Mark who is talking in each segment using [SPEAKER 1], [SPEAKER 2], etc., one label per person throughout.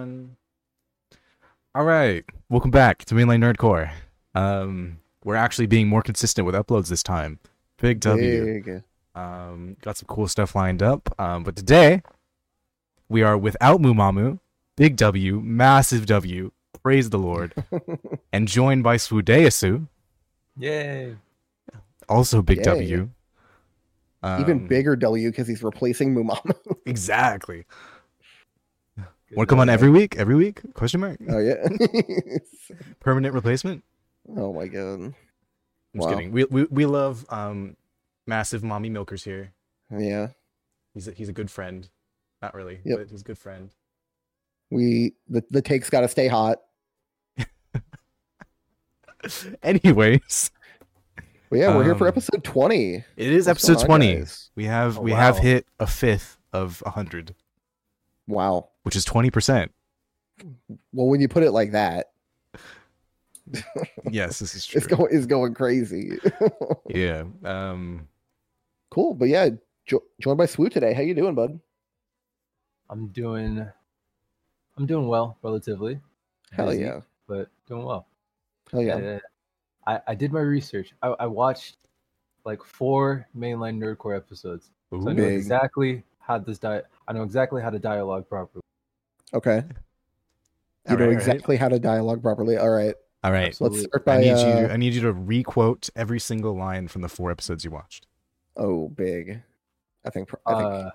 [SPEAKER 1] One. All right, welcome back to Mainline Nerdcore. Um, we're actually being more consistent with uploads this time. Big W.
[SPEAKER 2] Big.
[SPEAKER 1] Um, got some cool stuff lined up. Um, but today we are without Mumamu, Big W, massive W. Praise the Lord, and joined by Swudeyasu,
[SPEAKER 3] Yay!
[SPEAKER 1] also Big
[SPEAKER 2] Yay.
[SPEAKER 1] W.
[SPEAKER 2] Even
[SPEAKER 1] Um,
[SPEAKER 2] bigger W because he's replacing Mumamu.
[SPEAKER 1] Exactly. Want to come on every week? Every week? Question mark.
[SPEAKER 2] oh yeah.
[SPEAKER 1] Permanent replacement.
[SPEAKER 2] oh my god.
[SPEAKER 1] I'm just
[SPEAKER 2] Wow.
[SPEAKER 1] kidding. We, we we love um massive mommy milkers here.
[SPEAKER 2] Yeah.
[SPEAKER 1] He's a, he's a good friend. Not really,
[SPEAKER 2] Yep.
[SPEAKER 1] but he's a good friend.
[SPEAKER 2] We the, the take's got to stay hot.
[SPEAKER 1] Anyways,
[SPEAKER 2] But yeah, we're here for
[SPEAKER 1] Um,
[SPEAKER 2] episode twenty.
[SPEAKER 1] it is
[SPEAKER 2] What's
[SPEAKER 1] episode
[SPEAKER 2] going on,
[SPEAKER 1] 20.
[SPEAKER 2] guys?
[SPEAKER 1] We have
[SPEAKER 3] Oh,
[SPEAKER 1] we have
[SPEAKER 3] wow.
[SPEAKER 1] hit a fifth of 100,
[SPEAKER 2] Wow.
[SPEAKER 1] which is 20%.
[SPEAKER 2] Well, when you put it like that,
[SPEAKER 1] yes, this is true.
[SPEAKER 2] it's going is going crazy.
[SPEAKER 1] yeah. Um
[SPEAKER 2] cool. But yeah, jo- joined by Swoo today. How you doing, bud?
[SPEAKER 3] I'm doing, I'm doing well relatively.
[SPEAKER 2] Hell
[SPEAKER 3] Busy,
[SPEAKER 2] yeah.
[SPEAKER 3] But doing well.
[SPEAKER 2] Hell yeah.
[SPEAKER 3] Uh, I, I did my research. I, I watched like four mainline nerdcore episodes, so I know
[SPEAKER 1] ooh,
[SPEAKER 2] Big.
[SPEAKER 3] exactly how this di- I know exactly how to dialogue properly.
[SPEAKER 2] Okay.
[SPEAKER 1] All
[SPEAKER 2] You
[SPEAKER 1] right, all
[SPEAKER 2] know
[SPEAKER 1] right.
[SPEAKER 2] exactly how to dialogue properly. All right.
[SPEAKER 1] All right.
[SPEAKER 2] Let's
[SPEAKER 3] Absolutely.
[SPEAKER 2] start
[SPEAKER 1] I
[SPEAKER 2] by.
[SPEAKER 1] need
[SPEAKER 2] uh,
[SPEAKER 1] you I need you to requote every single line from the four episodes you watched.
[SPEAKER 2] Oh, big. I think. pr- I think
[SPEAKER 3] Uh,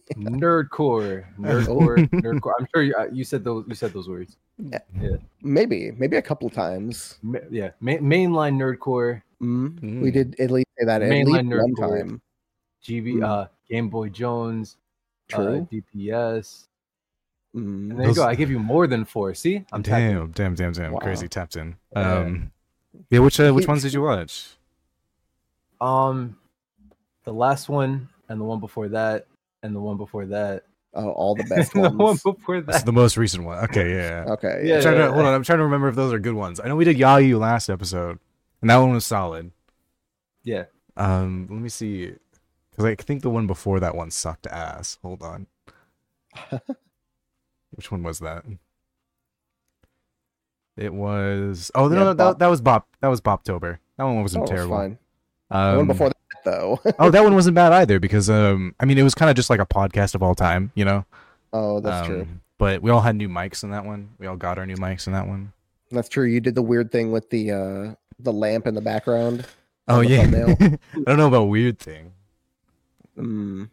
[SPEAKER 3] nerdcore, nerdcore, nerdcore. I'm sure you, uh, you said those. You said those words.
[SPEAKER 2] maybe maybe a couple times.
[SPEAKER 3] Ma- yeah, ma- mainline nerdcore,
[SPEAKER 2] Mm, We
[SPEAKER 1] Mm.
[SPEAKER 2] did at least say that at least
[SPEAKER 3] Mainline
[SPEAKER 2] one
[SPEAKER 3] nerdcore.
[SPEAKER 2] time.
[SPEAKER 3] GB,
[SPEAKER 2] Mm.
[SPEAKER 3] uh, Game Boy Jones,
[SPEAKER 2] True.
[SPEAKER 3] uh, DPS.
[SPEAKER 2] Mm.
[SPEAKER 3] And there you go.
[SPEAKER 1] Those-
[SPEAKER 3] I give you more than four. See, I'm tapped in.
[SPEAKER 1] damn, damn, damn, damn.
[SPEAKER 2] Wow.
[SPEAKER 1] Crazy tapped in.
[SPEAKER 3] Yeah.
[SPEAKER 1] Um Yeah, which uh, which
[SPEAKER 2] He-
[SPEAKER 1] ones did you watch?
[SPEAKER 3] Um, the last one and the one before that and the one before that
[SPEAKER 2] Oh, all the best
[SPEAKER 3] and the one
[SPEAKER 2] ones.
[SPEAKER 3] before
[SPEAKER 1] That's
[SPEAKER 3] that.
[SPEAKER 1] the most recent one. Okay, yeah.
[SPEAKER 2] Okay.
[SPEAKER 3] Yeah.
[SPEAKER 1] I'm trying to, hold on, I'm trying to remember if those are good ones. I know we did Yayu last episode, and that one was solid.
[SPEAKER 3] Yeah.
[SPEAKER 1] Um, let me see, because I think the one before that one sucked ass. Hold on, which one was that? It was. Oh
[SPEAKER 2] Yeah,
[SPEAKER 1] no, no
[SPEAKER 2] Bop-
[SPEAKER 1] that, that was Bop. That was Boptober. That one
[SPEAKER 2] That
[SPEAKER 1] wasn't
[SPEAKER 2] was
[SPEAKER 1] terrible.
[SPEAKER 2] Oh, fine.
[SPEAKER 1] Um,
[SPEAKER 2] the one before that, though.
[SPEAKER 1] oh, that one wasn't bad either because um, I mean, it was kind of just like a podcast of all time, you know.
[SPEAKER 2] oh,
[SPEAKER 1] Um,
[SPEAKER 2] that's true.
[SPEAKER 1] But we all had new mics in that one. We all got our new mics in that one.
[SPEAKER 2] That's true. You did the weird thing with the uh the lamp in the background.
[SPEAKER 1] Oh
[SPEAKER 2] the
[SPEAKER 1] yeah.
[SPEAKER 2] thumbnail.
[SPEAKER 1] I don't know about weird thing.
[SPEAKER 2] Mm.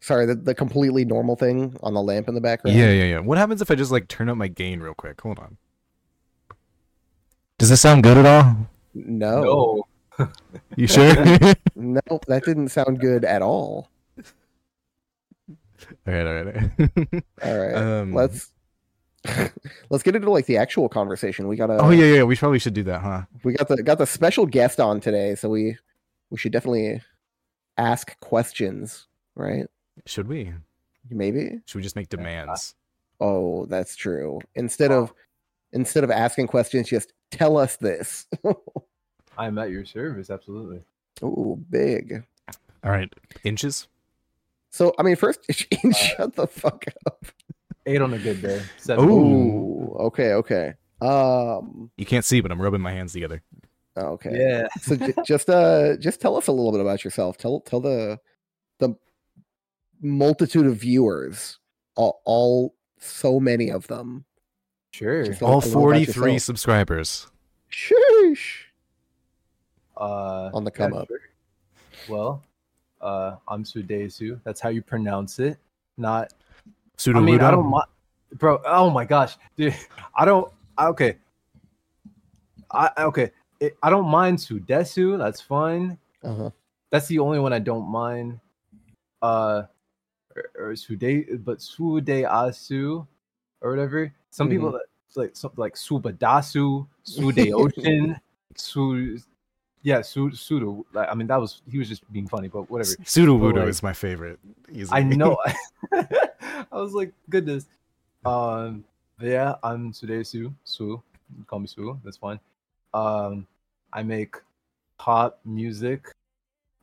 [SPEAKER 2] Sorry, the, the completely normal thing on the lamp in the background.
[SPEAKER 1] Yeah, yeah, yeah. What happens if I just like turn up my gain real quick? Hold on. Does this sound good at all?
[SPEAKER 2] No,
[SPEAKER 1] You sure? all right,
[SPEAKER 2] no, that didn't sound good at all.
[SPEAKER 1] all right. all right.
[SPEAKER 2] All right,
[SPEAKER 1] Um,
[SPEAKER 2] let's let's get into like the actual conversation. We got a
[SPEAKER 1] oh yeah, yeah. We probably should do that, huh?
[SPEAKER 2] we got the got the special guest on today, so we we should definitely ask questions, right?
[SPEAKER 1] Should we?
[SPEAKER 2] Maybe.
[SPEAKER 1] Should we just make demands?
[SPEAKER 2] Oh, that's true. Instead of instead of asking questions, just tell us this.
[SPEAKER 3] I'm at your service. Absolutely.
[SPEAKER 2] Oh, big.
[SPEAKER 1] All right. Inches.
[SPEAKER 2] So I mean, first, Shane, shut the fuck up.
[SPEAKER 3] Eight on a good day. Seven.
[SPEAKER 1] Ooh.
[SPEAKER 2] Ooh, okay, okay. Um,
[SPEAKER 1] You can't see, but I'm rubbing my hands together.
[SPEAKER 2] okay.
[SPEAKER 3] Yeah.
[SPEAKER 2] So j- just uh, just tell us a little bit about yourself. Tell tell the the multitude of viewers, all, all so many of them.
[SPEAKER 3] Sure.
[SPEAKER 2] Just
[SPEAKER 1] all
[SPEAKER 2] a little about
[SPEAKER 1] 43
[SPEAKER 2] yourself.
[SPEAKER 1] subscribers.
[SPEAKER 2] Sheesh.
[SPEAKER 3] Uh,
[SPEAKER 2] On the
[SPEAKER 3] yeah,
[SPEAKER 2] come up.
[SPEAKER 3] sure. Well, uh, I'm Sudesu. That's how you pronounce it. Not
[SPEAKER 1] Pseudo
[SPEAKER 3] I mean, I don't mind, bro. Oh my gosh, dude, I don't. I- Okay, I I- okay. It, I don't mind Sudesu. That's fine.
[SPEAKER 2] Uh-huh.
[SPEAKER 3] That's the only one I don't mind. Uh, or, or Sude, but Sudeasu, or whatever. Some people that like some, like Subadasu, Sudeocean, Su. Yeah, Su Sudo. Like, I mean, that was he was just being funny, but whatever.
[SPEAKER 1] Pseudo
[SPEAKER 3] but, like,
[SPEAKER 1] is my favorite.
[SPEAKER 3] I
[SPEAKER 1] easily.
[SPEAKER 3] know. I was like, goodness. Um, but yeah, I'm Sude Su. Su, You call me Su. That's fine. Um, I make pop music,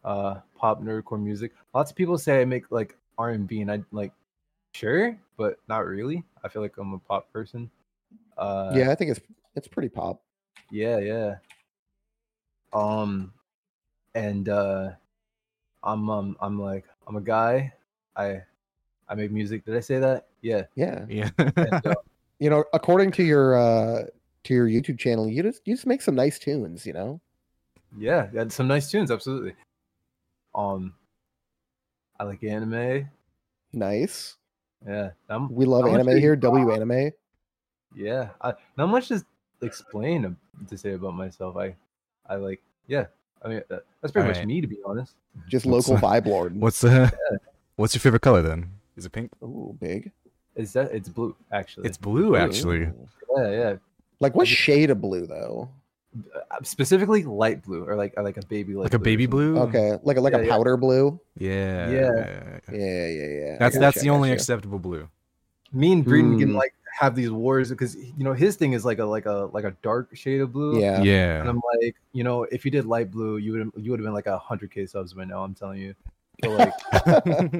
[SPEAKER 3] uh, pop nerdcore music. Lots of people say I make like R and B, and I like sure, but not really. I feel like I'm a pop person. Uh,
[SPEAKER 2] yeah, I think it's it's pretty pop.
[SPEAKER 3] yeah, yeah. Um, and uh, I'm um I'm like I'm a guy. I I make music. Did I say that? Yeah.
[SPEAKER 2] Yeah,
[SPEAKER 1] Yeah.
[SPEAKER 3] And, uh,
[SPEAKER 2] you know, according to your uh to your YouTube channel, you just you just make some nice tunes. You know,
[SPEAKER 3] yeah, you had some nice tunes. Absolutely. Um, I like anime.
[SPEAKER 2] nice.
[SPEAKER 3] Yeah, I'm
[SPEAKER 2] We love
[SPEAKER 3] How much
[SPEAKER 2] anime
[SPEAKER 3] is-
[SPEAKER 2] here. W anime.
[SPEAKER 3] yeah I, not much to explain ab- to say about myself i i like yeah i mean that, that's pretty much
[SPEAKER 1] Alright.
[SPEAKER 3] me to be honest
[SPEAKER 2] Just
[SPEAKER 1] What's
[SPEAKER 2] local
[SPEAKER 1] that?
[SPEAKER 2] vibe lord.
[SPEAKER 1] What's uh, what's your favorite color then? Is it pink?
[SPEAKER 2] Ooh, big.
[SPEAKER 3] is that it's blue actually
[SPEAKER 1] It's blue, actually.
[SPEAKER 2] Ooh.
[SPEAKER 3] yeah yeah
[SPEAKER 2] Like what shade of blue though?
[SPEAKER 3] Uh, specifically light blue or like or like a baby light
[SPEAKER 1] Like a
[SPEAKER 3] blue or
[SPEAKER 1] baby
[SPEAKER 3] something.
[SPEAKER 1] blue.
[SPEAKER 2] Okay, like a, like
[SPEAKER 3] Yeah,
[SPEAKER 2] a
[SPEAKER 3] yeah.
[SPEAKER 2] powder blue.
[SPEAKER 1] Yeah.
[SPEAKER 3] Yeah.
[SPEAKER 2] Yeah, yeah, yeah. I
[SPEAKER 1] That's
[SPEAKER 2] gotcha,
[SPEAKER 1] that's
[SPEAKER 2] I
[SPEAKER 1] the only
[SPEAKER 2] gotcha.
[SPEAKER 1] acceptable blue.
[SPEAKER 3] me and breeden can
[SPEAKER 2] Mm.
[SPEAKER 3] like have these wars because you know his thing is like a like a like a dark shade of blue
[SPEAKER 2] Yeah.
[SPEAKER 3] and i'm like you know if you did light blue you would you would have been like a 100k subs by now i'm telling you but like
[SPEAKER 1] Yeah.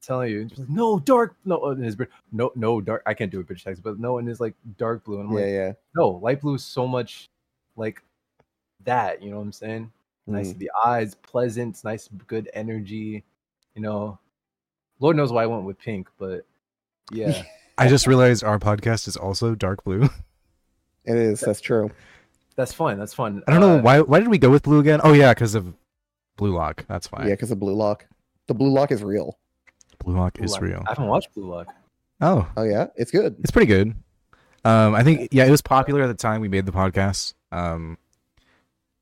[SPEAKER 3] telling you. And she's like, no, dark, no, and his br- no, no, dark. I can't do a bitch text, but no, and it's like dark blue. And I'm
[SPEAKER 2] yeah, Mm.
[SPEAKER 3] like,
[SPEAKER 2] yeah.
[SPEAKER 3] no, light blue is so much like that. You know what I'm saying? Nice
[SPEAKER 2] Mm.
[SPEAKER 3] to the eyes, pleasant, it's nice, good energy. You know, Lord knows why I went with pink, but yeah,
[SPEAKER 1] I just realized our podcast is also dark blue.
[SPEAKER 2] It is. That's true.
[SPEAKER 3] that's fun. That's fun.
[SPEAKER 1] I don't know
[SPEAKER 3] Uh,
[SPEAKER 1] why why did we go with blue again? Oh yeah, because of Blue Lock. That's why.
[SPEAKER 2] Yeah, 'cause Yeah, because the blue lock. The blue lock is real.
[SPEAKER 1] Blue Lock
[SPEAKER 3] Blue
[SPEAKER 1] is
[SPEAKER 3] Lock.
[SPEAKER 1] real.
[SPEAKER 3] I haven't watched Blue Lock.
[SPEAKER 1] Oh,
[SPEAKER 2] Oh yeah, it's good.
[SPEAKER 1] it's pretty good. Um, I think yeah, it was popular at the time we made the podcast. Um,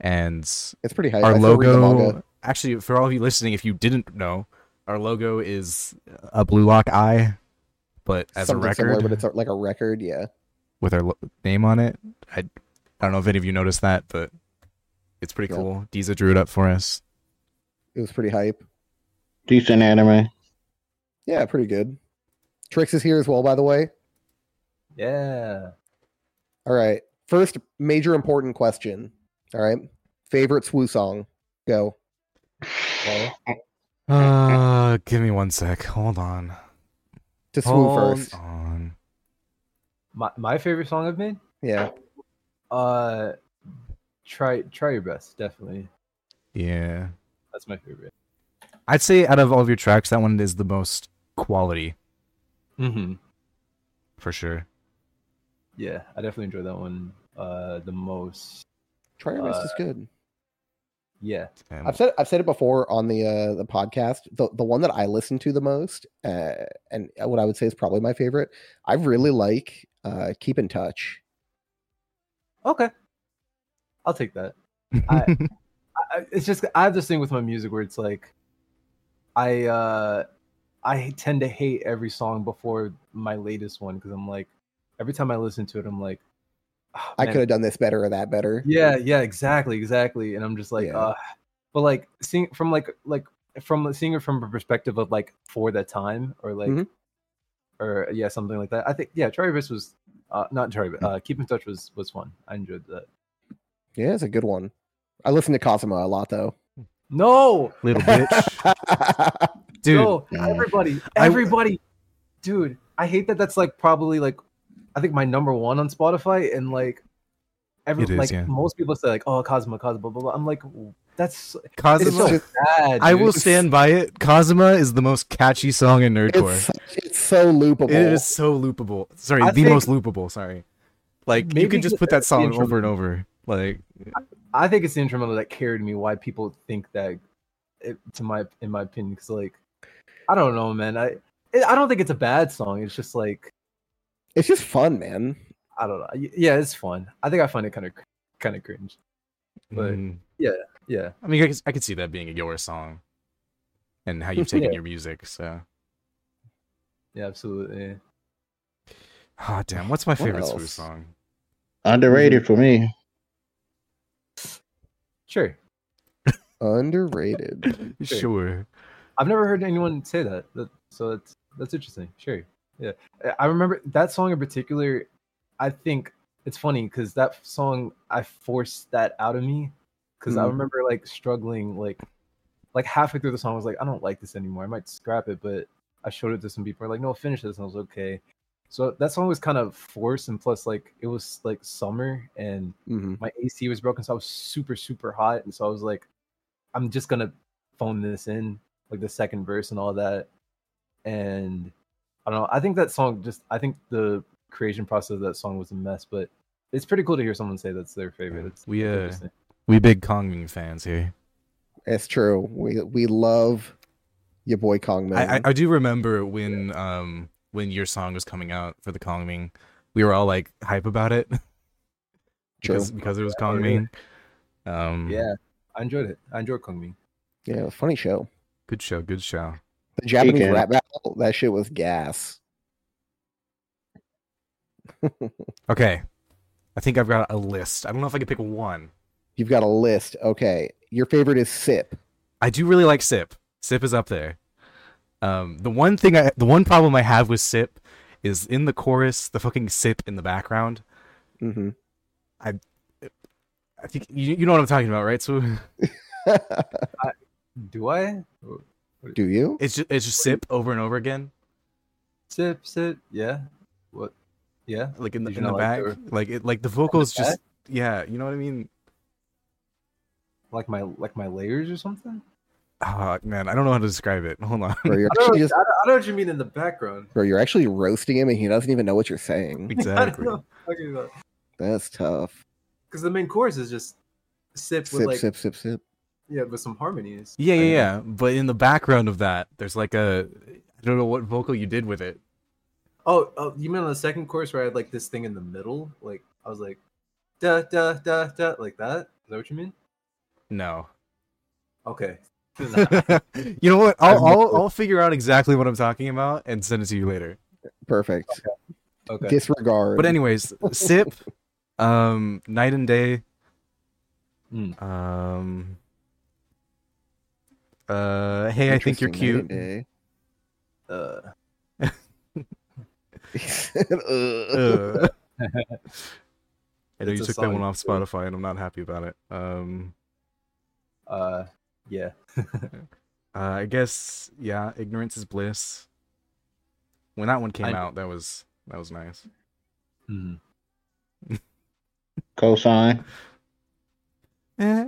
[SPEAKER 1] and
[SPEAKER 2] It's pretty hype. I
[SPEAKER 1] our
[SPEAKER 2] still read the manga.
[SPEAKER 1] logo. Actually, for all of you listening, if you didn't know, our logo is a Blue Lock eye, but as
[SPEAKER 2] Something
[SPEAKER 1] a
[SPEAKER 2] similar,
[SPEAKER 1] record
[SPEAKER 2] but it's a- like a record. Yeah.
[SPEAKER 1] with our lo- name on it. I, I don't know if any of you noticed that, but it's pretty
[SPEAKER 2] Yeah.
[SPEAKER 1] cool. Deeza drew it up for us.
[SPEAKER 2] It was pretty hype.
[SPEAKER 4] Decent anime.
[SPEAKER 2] Yeah, pretty good. Trix is here as well, by the way.
[SPEAKER 3] Yeah,
[SPEAKER 2] All right. First major important question. All right. Favorite swoo song. Go.
[SPEAKER 3] well,
[SPEAKER 1] Uh, give me one sec. Hold on.
[SPEAKER 2] To swoo
[SPEAKER 1] Hold
[SPEAKER 2] first.
[SPEAKER 1] on.
[SPEAKER 3] my, my favorite song I've made.
[SPEAKER 2] Yeah.
[SPEAKER 3] Uh, try try your best. Definitely,
[SPEAKER 1] Yeah.
[SPEAKER 3] that's my favorite.
[SPEAKER 1] I'd say out of all of your tracks, that one is the most quality
[SPEAKER 3] Mm-hmm.
[SPEAKER 1] for sure.
[SPEAKER 3] Yeah, I definitely enjoy that one uh the most.
[SPEAKER 2] Try your best is
[SPEAKER 3] Uh,
[SPEAKER 2] good.
[SPEAKER 3] Yeah.
[SPEAKER 1] And-
[SPEAKER 2] I've said I've said it before on the uh, the podcast. The the one that I listen to the most, uh, and what I would say is probably my favorite. I really like uh, "Keep in Touch."
[SPEAKER 3] Okay. I'll take that. I- I, I- it's just I have this thing with my music where it's like I uh I tend to hate every song before my latest one because I'm like every time I listen to it I'm like "Ah,
[SPEAKER 2] I
[SPEAKER 3] man,
[SPEAKER 2] could have done this better or that better.
[SPEAKER 3] Yeah, yeah, exactly, exactly. And I'm just like,
[SPEAKER 2] Yeah.
[SPEAKER 3] uh, but like seeing from like like from seeing it from a perspective of like for the time or like
[SPEAKER 2] Mhm.
[SPEAKER 1] Mm-hmm.
[SPEAKER 3] or yeah, something like that. I think yeah, Charlie Verse was uh, not Charlie, but
[SPEAKER 1] Mm.
[SPEAKER 3] uh, Keep in Touch was was fun. I enjoyed that.
[SPEAKER 2] Yeah, it's a good one. I listen to Cosmo a lot though.
[SPEAKER 3] No,
[SPEAKER 1] Little bitch. Dude,
[SPEAKER 3] no,
[SPEAKER 4] Yeah.
[SPEAKER 3] everybody,
[SPEAKER 1] I-
[SPEAKER 3] everybody, dude. I hate that. That's like probably like I think my number one on Spotify and like. Every,
[SPEAKER 1] It is,
[SPEAKER 3] like
[SPEAKER 1] yeah.
[SPEAKER 3] most people say like oh Cosmo Cosmo blah blah blah I'm like that's
[SPEAKER 1] Cosmo.
[SPEAKER 3] it's so
[SPEAKER 2] just-
[SPEAKER 3] bad
[SPEAKER 1] I
[SPEAKER 3] dude.
[SPEAKER 1] will stand by it. Cosmo is the most catchy song in
[SPEAKER 2] it's,
[SPEAKER 1] nerdcore.
[SPEAKER 2] such- it's so loopable.
[SPEAKER 1] It is so loopable. Sorry,
[SPEAKER 3] I
[SPEAKER 1] the
[SPEAKER 3] think-
[SPEAKER 1] most loopable. Sorry, like you
[SPEAKER 3] Maybe
[SPEAKER 1] can just put that
[SPEAKER 3] that's the
[SPEAKER 1] song
[SPEAKER 3] intro.
[SPEAKER 1] over and over. Like,
[SPEAKER 3] I think it's the instrumental that carried me. Why people think that, it, to my in my opinion, because like, I don't know, man. I it, I don't think it's a bad song. It's just like
[SPEAKER 2] It's just fun, man.
[SPEAKER 3] I don't know. Y- Yeah, it's fun. I think I find it kind of kind of cringe. But-
[SPEAKER 1] mm,
[SPEAKER 3] Yeah,
[SPEAKER 1] I mean, I could, I could see that being a your song, and how you've taken
[SPEAKER 3] Yeah.
[SPEAKER 1] your music. So,
[SPEAKER 3] yeah, absolutely.
[SPEAKER 1] ah, damn. What's my favorite Swoo
[SPEAKER 2] else?
[SPEAKER 1] song?
[SPEAKER 4] Underrated for me.
[SPEAKER 3] Sure.
[SPEAKER 2] Underrated.
[SPEAKER 3] Sure.
[SPEAKER 1] Sure.
[SPEAKER 3] I've never heard anyone say that. that so that's that's interesting. Sure. Yeah. I- I remember that song in particular. I think it's funny because that song I forced that out of me because I
[SPEAKER 2] Mhm.
[SPEAKER 3] remember like struggling like like halfway through the song I was like I don't like this anymore. I might scrap it, but I showed it to some people. They're Like, no, finish this. And I was okay. So that song was kind of forced, and plus, like, it was like summer, and
[SPEAKER 2] hmm
[SPEAKER 3] my AC was broken, so I was super, super hot, and so I was like, I'm just gonna phone this in, like the second verse and all that. And I don't know. I think that song just. I think the creation process of that song was a mess, but it's pretty cool to hear someone say that's their favorite. It's
[SPEAKER 1] We,
[SPEAKER 3] it's
[SPEAKER 1] uh,
[SPEAKER 3] interesting.
[SPEAKER 1] We big Kongming fans here.
[SPEAKER 2] It's true. We we love your boy Kong Man.
[SPEAKER 1] I, I, I do remember when um when your song was coming out for the Kongming, we were all like hype about it
[SPEAKER 2] true.
[SPEAKER 1] because because it was
[SPEAKER 3] Yeah, yeah.
[SPEAKER 1] Kongming. Um,
[SPEAKER 3] yeah, I enjoyed it. I enjoyed Kung Mi.
[SPEAKER 2] Yeah, funny show.
[SPEAKER 1] good show, good show.
[SPEAKER 2] The Japanese
[SPEAKER 4] Speaking-
[SPEAKER 2] rap battle. That shit was gas.
[SPEAKER 1] Okay, I think I've got a list. I don't know if I could pick one.
[SPEAKER 2] You've got a list. Okay, your favorite is Sip.
[SPEAKER 1] I do really like Sip. Sip is up there. Um, the one thing I, the one problem I have with Sip is in the chorus, the fucking Sip in the background. Mm-hmm.
[SPEAKER 2] hmm
[SPEAKER 1] I think you, you know what I'm talking about, right? So
[SPEAKER 3] Do I?
[SPEAKER 2] Do you?
[SPEAKER 1] it's just, it's just Sip over and over again,
[SPEAKER 3] Sip, sip. Yeah. What? Yeah.
[SPEAKER 1] like in the,
[SPEAKER 3] Did
[SPEAKER 1] in
[SPEAKER 3] you
[SPEAKER 1] the
[SPEAKER 3] not
[SPEAKER 1] back,
[SPEAKER 3] like
[SPEAKER 1] like it, like the vocals
[SPEAKER 3] back?
[SPEAKER 1] just yeah, you know what I mean?
[SPEAKER 3] Like my like my layers or something.
[SPEAKER 1] Ah, man, I don't know how to describe it. Hold on,
[SPEAKER 2] Bro, you're
[SPEAKER 3] I don't,
[SPEAKER 2] actually just
[SPEAKER 3] I don't- I don't know what you mean in the background.
[SPEAKER 2] bro, you're actually roasting him, and he doesn't even know what you're saying.
[SPEAKER 1] exactly.
[SPEAKER 2] That's tough.
[SPEAKER 3] Because the main chorus is just sip with
[SPEAKER 2] Sip,
[SPEAKER 3] like
[SPEAKER 2] sip, sip, sip.
[SPEAKER 3] yeah, with some harmonies.
[SPEAKER 1] Yeah,
[SPEAKER 3] I
[SPEAKER 1] yeah,
[SPEAKER 3] mean,
[SPEAKER 1] yeah. But in the background of that, there's like a I don't know what vocal you did with it.
[SPEAKER 3] Oh, oh, you mean on the second chorus where I had like this thing in the middle? Like I was like, da da da da, like that. Is that what you mean?
[SPEAKER 1] No.
[SPEAKER 3] Okay.
[SPEAKER 1] you know what? I'll, I'll I'll figure out exactly what I'm talking about and send it to you later.
[SPEAKER 2] Perfect.
[SPEAKER 3] Okay.
[SPEAKER 2] Disregard.
[SPEAKER 1] But anyways, sip, um, night and day,
[SPEAKER 3] Mm.
[SPEAKER 1] um, uh, hey, I think you're
[SPEAKER 2] Interesting,
[SPEAKER 1] cute.
[SPEAKER 2] night
[SPEAKER 3] Uh,
[SPEAKER 2] and day. Ugh.
[SPEAKER 1] Uh. I know
[SPEAKER 3] It's
[SPEAKER 1] you
[SPEAKER 3] a
[SPEAKER 1] took that
[SPEAKER 3] song,
[SPEAKER 1] one off
[SPEAKER 3] too.
[SPEAKER 1] Spotify, and I'm not happy about it. Um,
[SPEAKER 3] uh, yeah.
[SPEAKER 1] uh, I guess yeah, ignorance is bliss. When that one came
[SPEAKER 3] I-
[SPEAKER 1] out, that was that was nice.
[SPEAKER 3] Mhm.
[SPEAKER 4] Cosign.
[SPEAKER 1] Eh.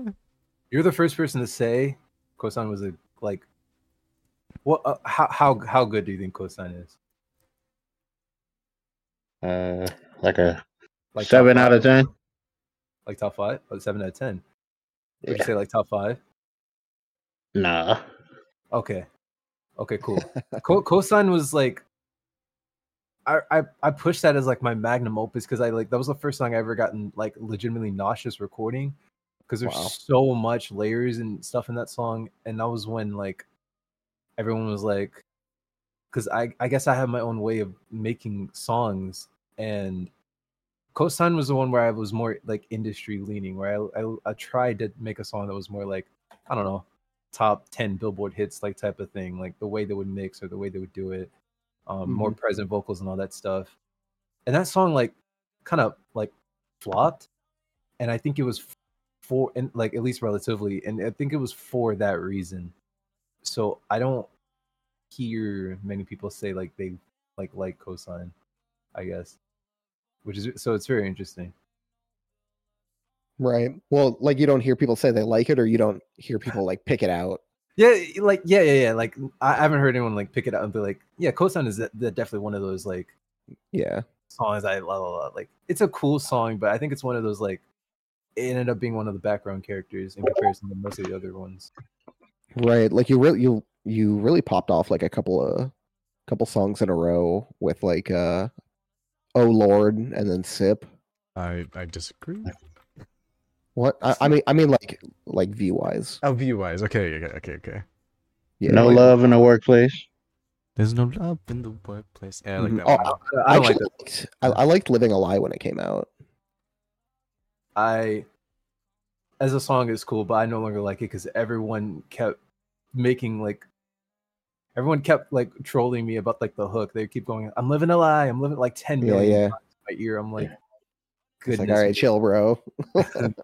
[SPEAKER 3] You're the first person to say Kosan was a like. What? Uh, how how how good do you think Kosan is?
[SPEAKER 4] Uh, like a
[SPEAKER 3] Like top
[SPEAKER 4] seven out
[SPEAKER 3] five?
[SPEAKER 4] of ten.
[SPEAKER 3] Like top five? Oh, seven out of ten. Would
[SPEAKER 4] Yeah.
[SPEAKER 3] you say like top five?
[SPEAKER 4] Nah.
[SPEAKER 3] Okay. Okay, cool. Co- Cosign was like I, I I pushed that as like my magnum opus because I like that was the first song I ever gotten like legitimately nauseous recording because there's
[SPEAKER 2] Wow.
[SPEAKER 3] so much layers and stuff in that song and that was when like everyone was like because I I guess I have my own way of making songs and Cosign was the one where I was more like industry leaning where I, I I tried to make a song that was more like I don't know top 10 billboard hits like type of thing like the way they would mix or the way they would do it um more present vocals and all that stuff and that song like kind of like flopped and i think it was f- for and like at least relatively and i think it was for that reason so i don't hear many people say like they like like cosine i guess which is so it's very interesting
[SPEAKER 2] Right. Well, like you don't hear people say they like it, or you don't hear people like pick it out.
[SPEAKER 3] Yeah, y- like yeah, yeah, yeah. Like I I haven't heard anyone like pick it up and be like, yeah, Cosign is de- de- definitely one of those like
[SPEAKER 2] Yeah.
[SPEAKER 3] songs I la la la. Like it's a cool song, but I think it's one of those like it ended up being one of the background characters in comparison to most of the other ones.
[SPEAKER 2] Right. Like you really you you really popped off like a couple of couple songs in a row with like uh Oh Lord and then Sip.
[SPEAKER 1] I I disagree.
[SPEAKER 2] What I, I mean I mean like like view wise.
[SPEAKER 1] Oh, view wise, okay, okay, okay, okay.
[SPEAKER 2] Yeah.
[SPEAKER 4] no
[SPEAKER 2] like-
[SPEAKER 4] love in the workplace.
[SPEAKER 1] There's no love in the workplace. Yeah, I like
[SPEAKER 2] Mhm.
[SPEAKER 1] that
[SPEAKER 2] Oh,
[SPEAKER 1] one.
[SPEAKER 3] I
[SPEAKER 2] I,
[SPEAKER 3] don't like
[SPEAKER 2] actually liked, I, I liked Living a Lie when it came out.
[SPEAKER 3] I as a song is cool, but I no longer like it because everyone kept making like everyone kept like trolling me about like the hook. They keep going, "I'm living a lie. I'm living like 10
[SPEAKER 2] Yeah,
[SPEAKER 3] million
[SPEAKER 2] yeah.
[SPEAKER 3] times in my ear." I'm like,
[SPEAKER 2] It's
[SPEAKER 3] Mm, goodness,
[SPEAKER 2] like all right,
[SPEAKER 3] me."
[SPEAKER 2] chill, bro.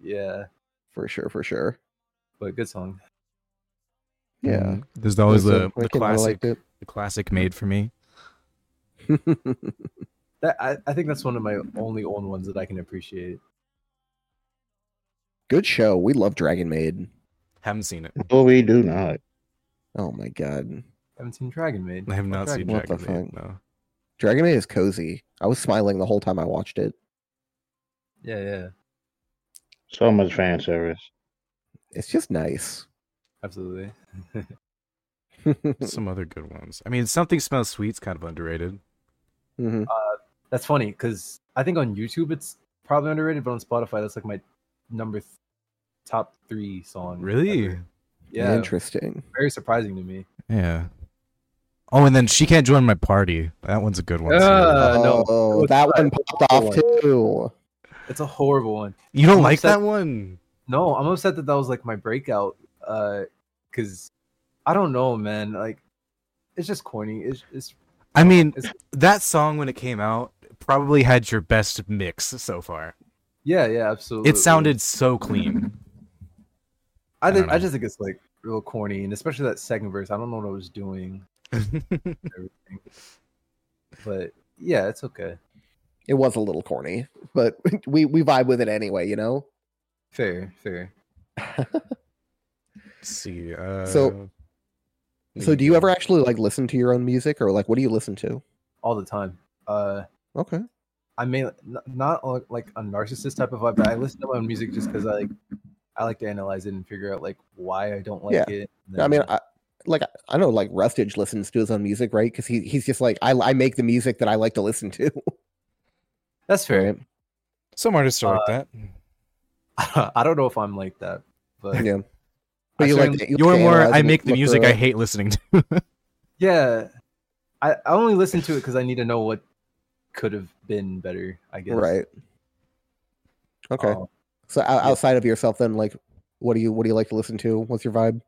[SPEAKER 3] yeah,
[SPEAKER 2] for sure, for sure.
[SPEAKER 3] but good song.
[SPEAKER 2] Yeah.
[SPEAKER 1] Mm. There's always
[SPEAKER 2] Listen,
[SPEAKER 1] the, the
[SPEAKER 2] Wicked, I
[SPEAKER 1] classic
[SPEAKER 2] liked it.
[SPEAKER 1] the classic made for me.
[SPEAKER 3] That I, I think that's one of my only old ones that I can appreciate.
[SPEAKER 2] Good show. We love Dragon Maid.
[SPEAKER 1] Haven't seen it.
[SPEAKER 4] No, we do not.
[SPEAKER 2] Oh my god.
[SPEAKER 3] haven't seen Dragon Maid.
[SPEAKER 1] I have
[SPEAKER 3] Fuck
[SPEAKER 1] not seen
[SPEAKER 3] Maid.
[SPEAKER 2] What the
[SPEAKER 1] Dragon Maid.
[SPEAKER 2] fuck?
[SPEAKER 1] No.
[SPEAKER 2] Dragon Maid is cozy. I was smiling the whole time I watched it.
[SPEAKER 3] Yeah, yeah,
[SPEAKER 4] So much fan service.
[SPEAKER 2] It's just nice.
[SPEAKER 3] absolutely.
[SPEAKER 2] Mm-hmm.
[SPEAKER 1] Some other good ones. I mean, something smells sweet's kind of underrated.
[SPEAKER 2] Mhm.
[SPEAKER 3] That's funny because I think on YouTube it's probably underrated, but on Spotify that's like my number th- top three song.
[SPEAKER 1] Really?
[SPEAKER 3] ever. Yeah,
[SPEAKER 2] Interesting.
[SPEAKER 3] very surprising to me.
[SPEAKER 1] Yeah. Oh, and then she can't join my party. That one's a good one. too.
[SPEAKER 3] Ah. Uh, no.
[SPEAKER 2] oh, that one popped off too.
[SPEAKER 3] It's a horrible one.
[SPEAKER 1] you don't
[SPEAKER 3] I'm
[SPEAKER 1] like
[SPEAKER 3] upset.
[SPEAKER 1] that one?
[SPEAKER 3] No, I'm upset that that was like my breakout. Uh, cause I don't know, man. Like, it's just corny. It's it's
[SPEAKER 1] I mean,
[SPEAKER 3] It's-
[SPEAKER 1] that song when it came out probably had your best mix so far.
[SPEAKER 3] yeah, yeah, absolutely.
[SPEAKER 1] It sounded so clean.
[SPEAKER 3] I
[SPEAKER 1] I
[SPEAKER 3] think
[SPEAKER 1] don't
[SPEAKER 3] I
[SPEAKER 1] know.
[SPEAKER 3] just think it's like real corny, and especially that second verse. I don't know what I was doing. and everything. But yeah, it's okay.
[SPEAKER 2] It was a little corny, but we we vibe with it anyway, you know.
[SPEAKER 3] Fair, fair.
[SPEAKER 1] Let's see. Uh,
[SPEAKER 2] So- So, do you ever actually like listen to your own music, or like what do you listen to?
[SPEAKER 3] All the time. Uh,
[SPEAKER 2] Okay.
[SPEAKER 3] I may n- not uh, like a narcissist type of vibe, but I listen to my own music just because I like I like to analyze it and figure out like why I don't like
[SPEAKER 2] Yeah.
[SPEAKER 3] it. and
[SPEAKER 2] I mean,
[SPEAKER 3] then-
[SPEAKER 2] I, like I know like Rustage listens to his own music, right? Because he he's just like I I make the music that I like to listen to.
[SPEAKER 3] that's fair.
[SPEAKER 2] Right.
[SPEAKER 1] Some artists are
[SPEAKER 3] Uh,
[SPEAKER 1] like that.
[SPEAKER 3] I don't know if I'm like that, but
[SPEAKER 2] Yeah.
[SPEAKER 3] I
[SPEAKER 2] But you like
[SPEAKER 3] certainly-
[SPEAKER 2] to- you
[SPEAKER 1] You're
[SPEAKER 2] like to
[SPEAKER 1] more.
[SPEAKER 2] analyze
[SPEAKER 1] I
[SPEAKER 2] and
[SPEAKER 1] make the
[SPEAKER 2] look
[SPEAKER 1] music
[SPEAKER 2] through
[SPEAKER 1] I
[SPEAKER 2] it.
[SPEAKER 1] hate listening to.
[SPEAKER 3] yeah, I, I only listen to it because I need to know what could have been better. I guess.
[SPEAKER 2] Right. Okay.
[SPEAKER 3] Um,
[SPEAKER 2] so o- outside of yourself, then like, what do you what do you like to listen to? What's your vibe?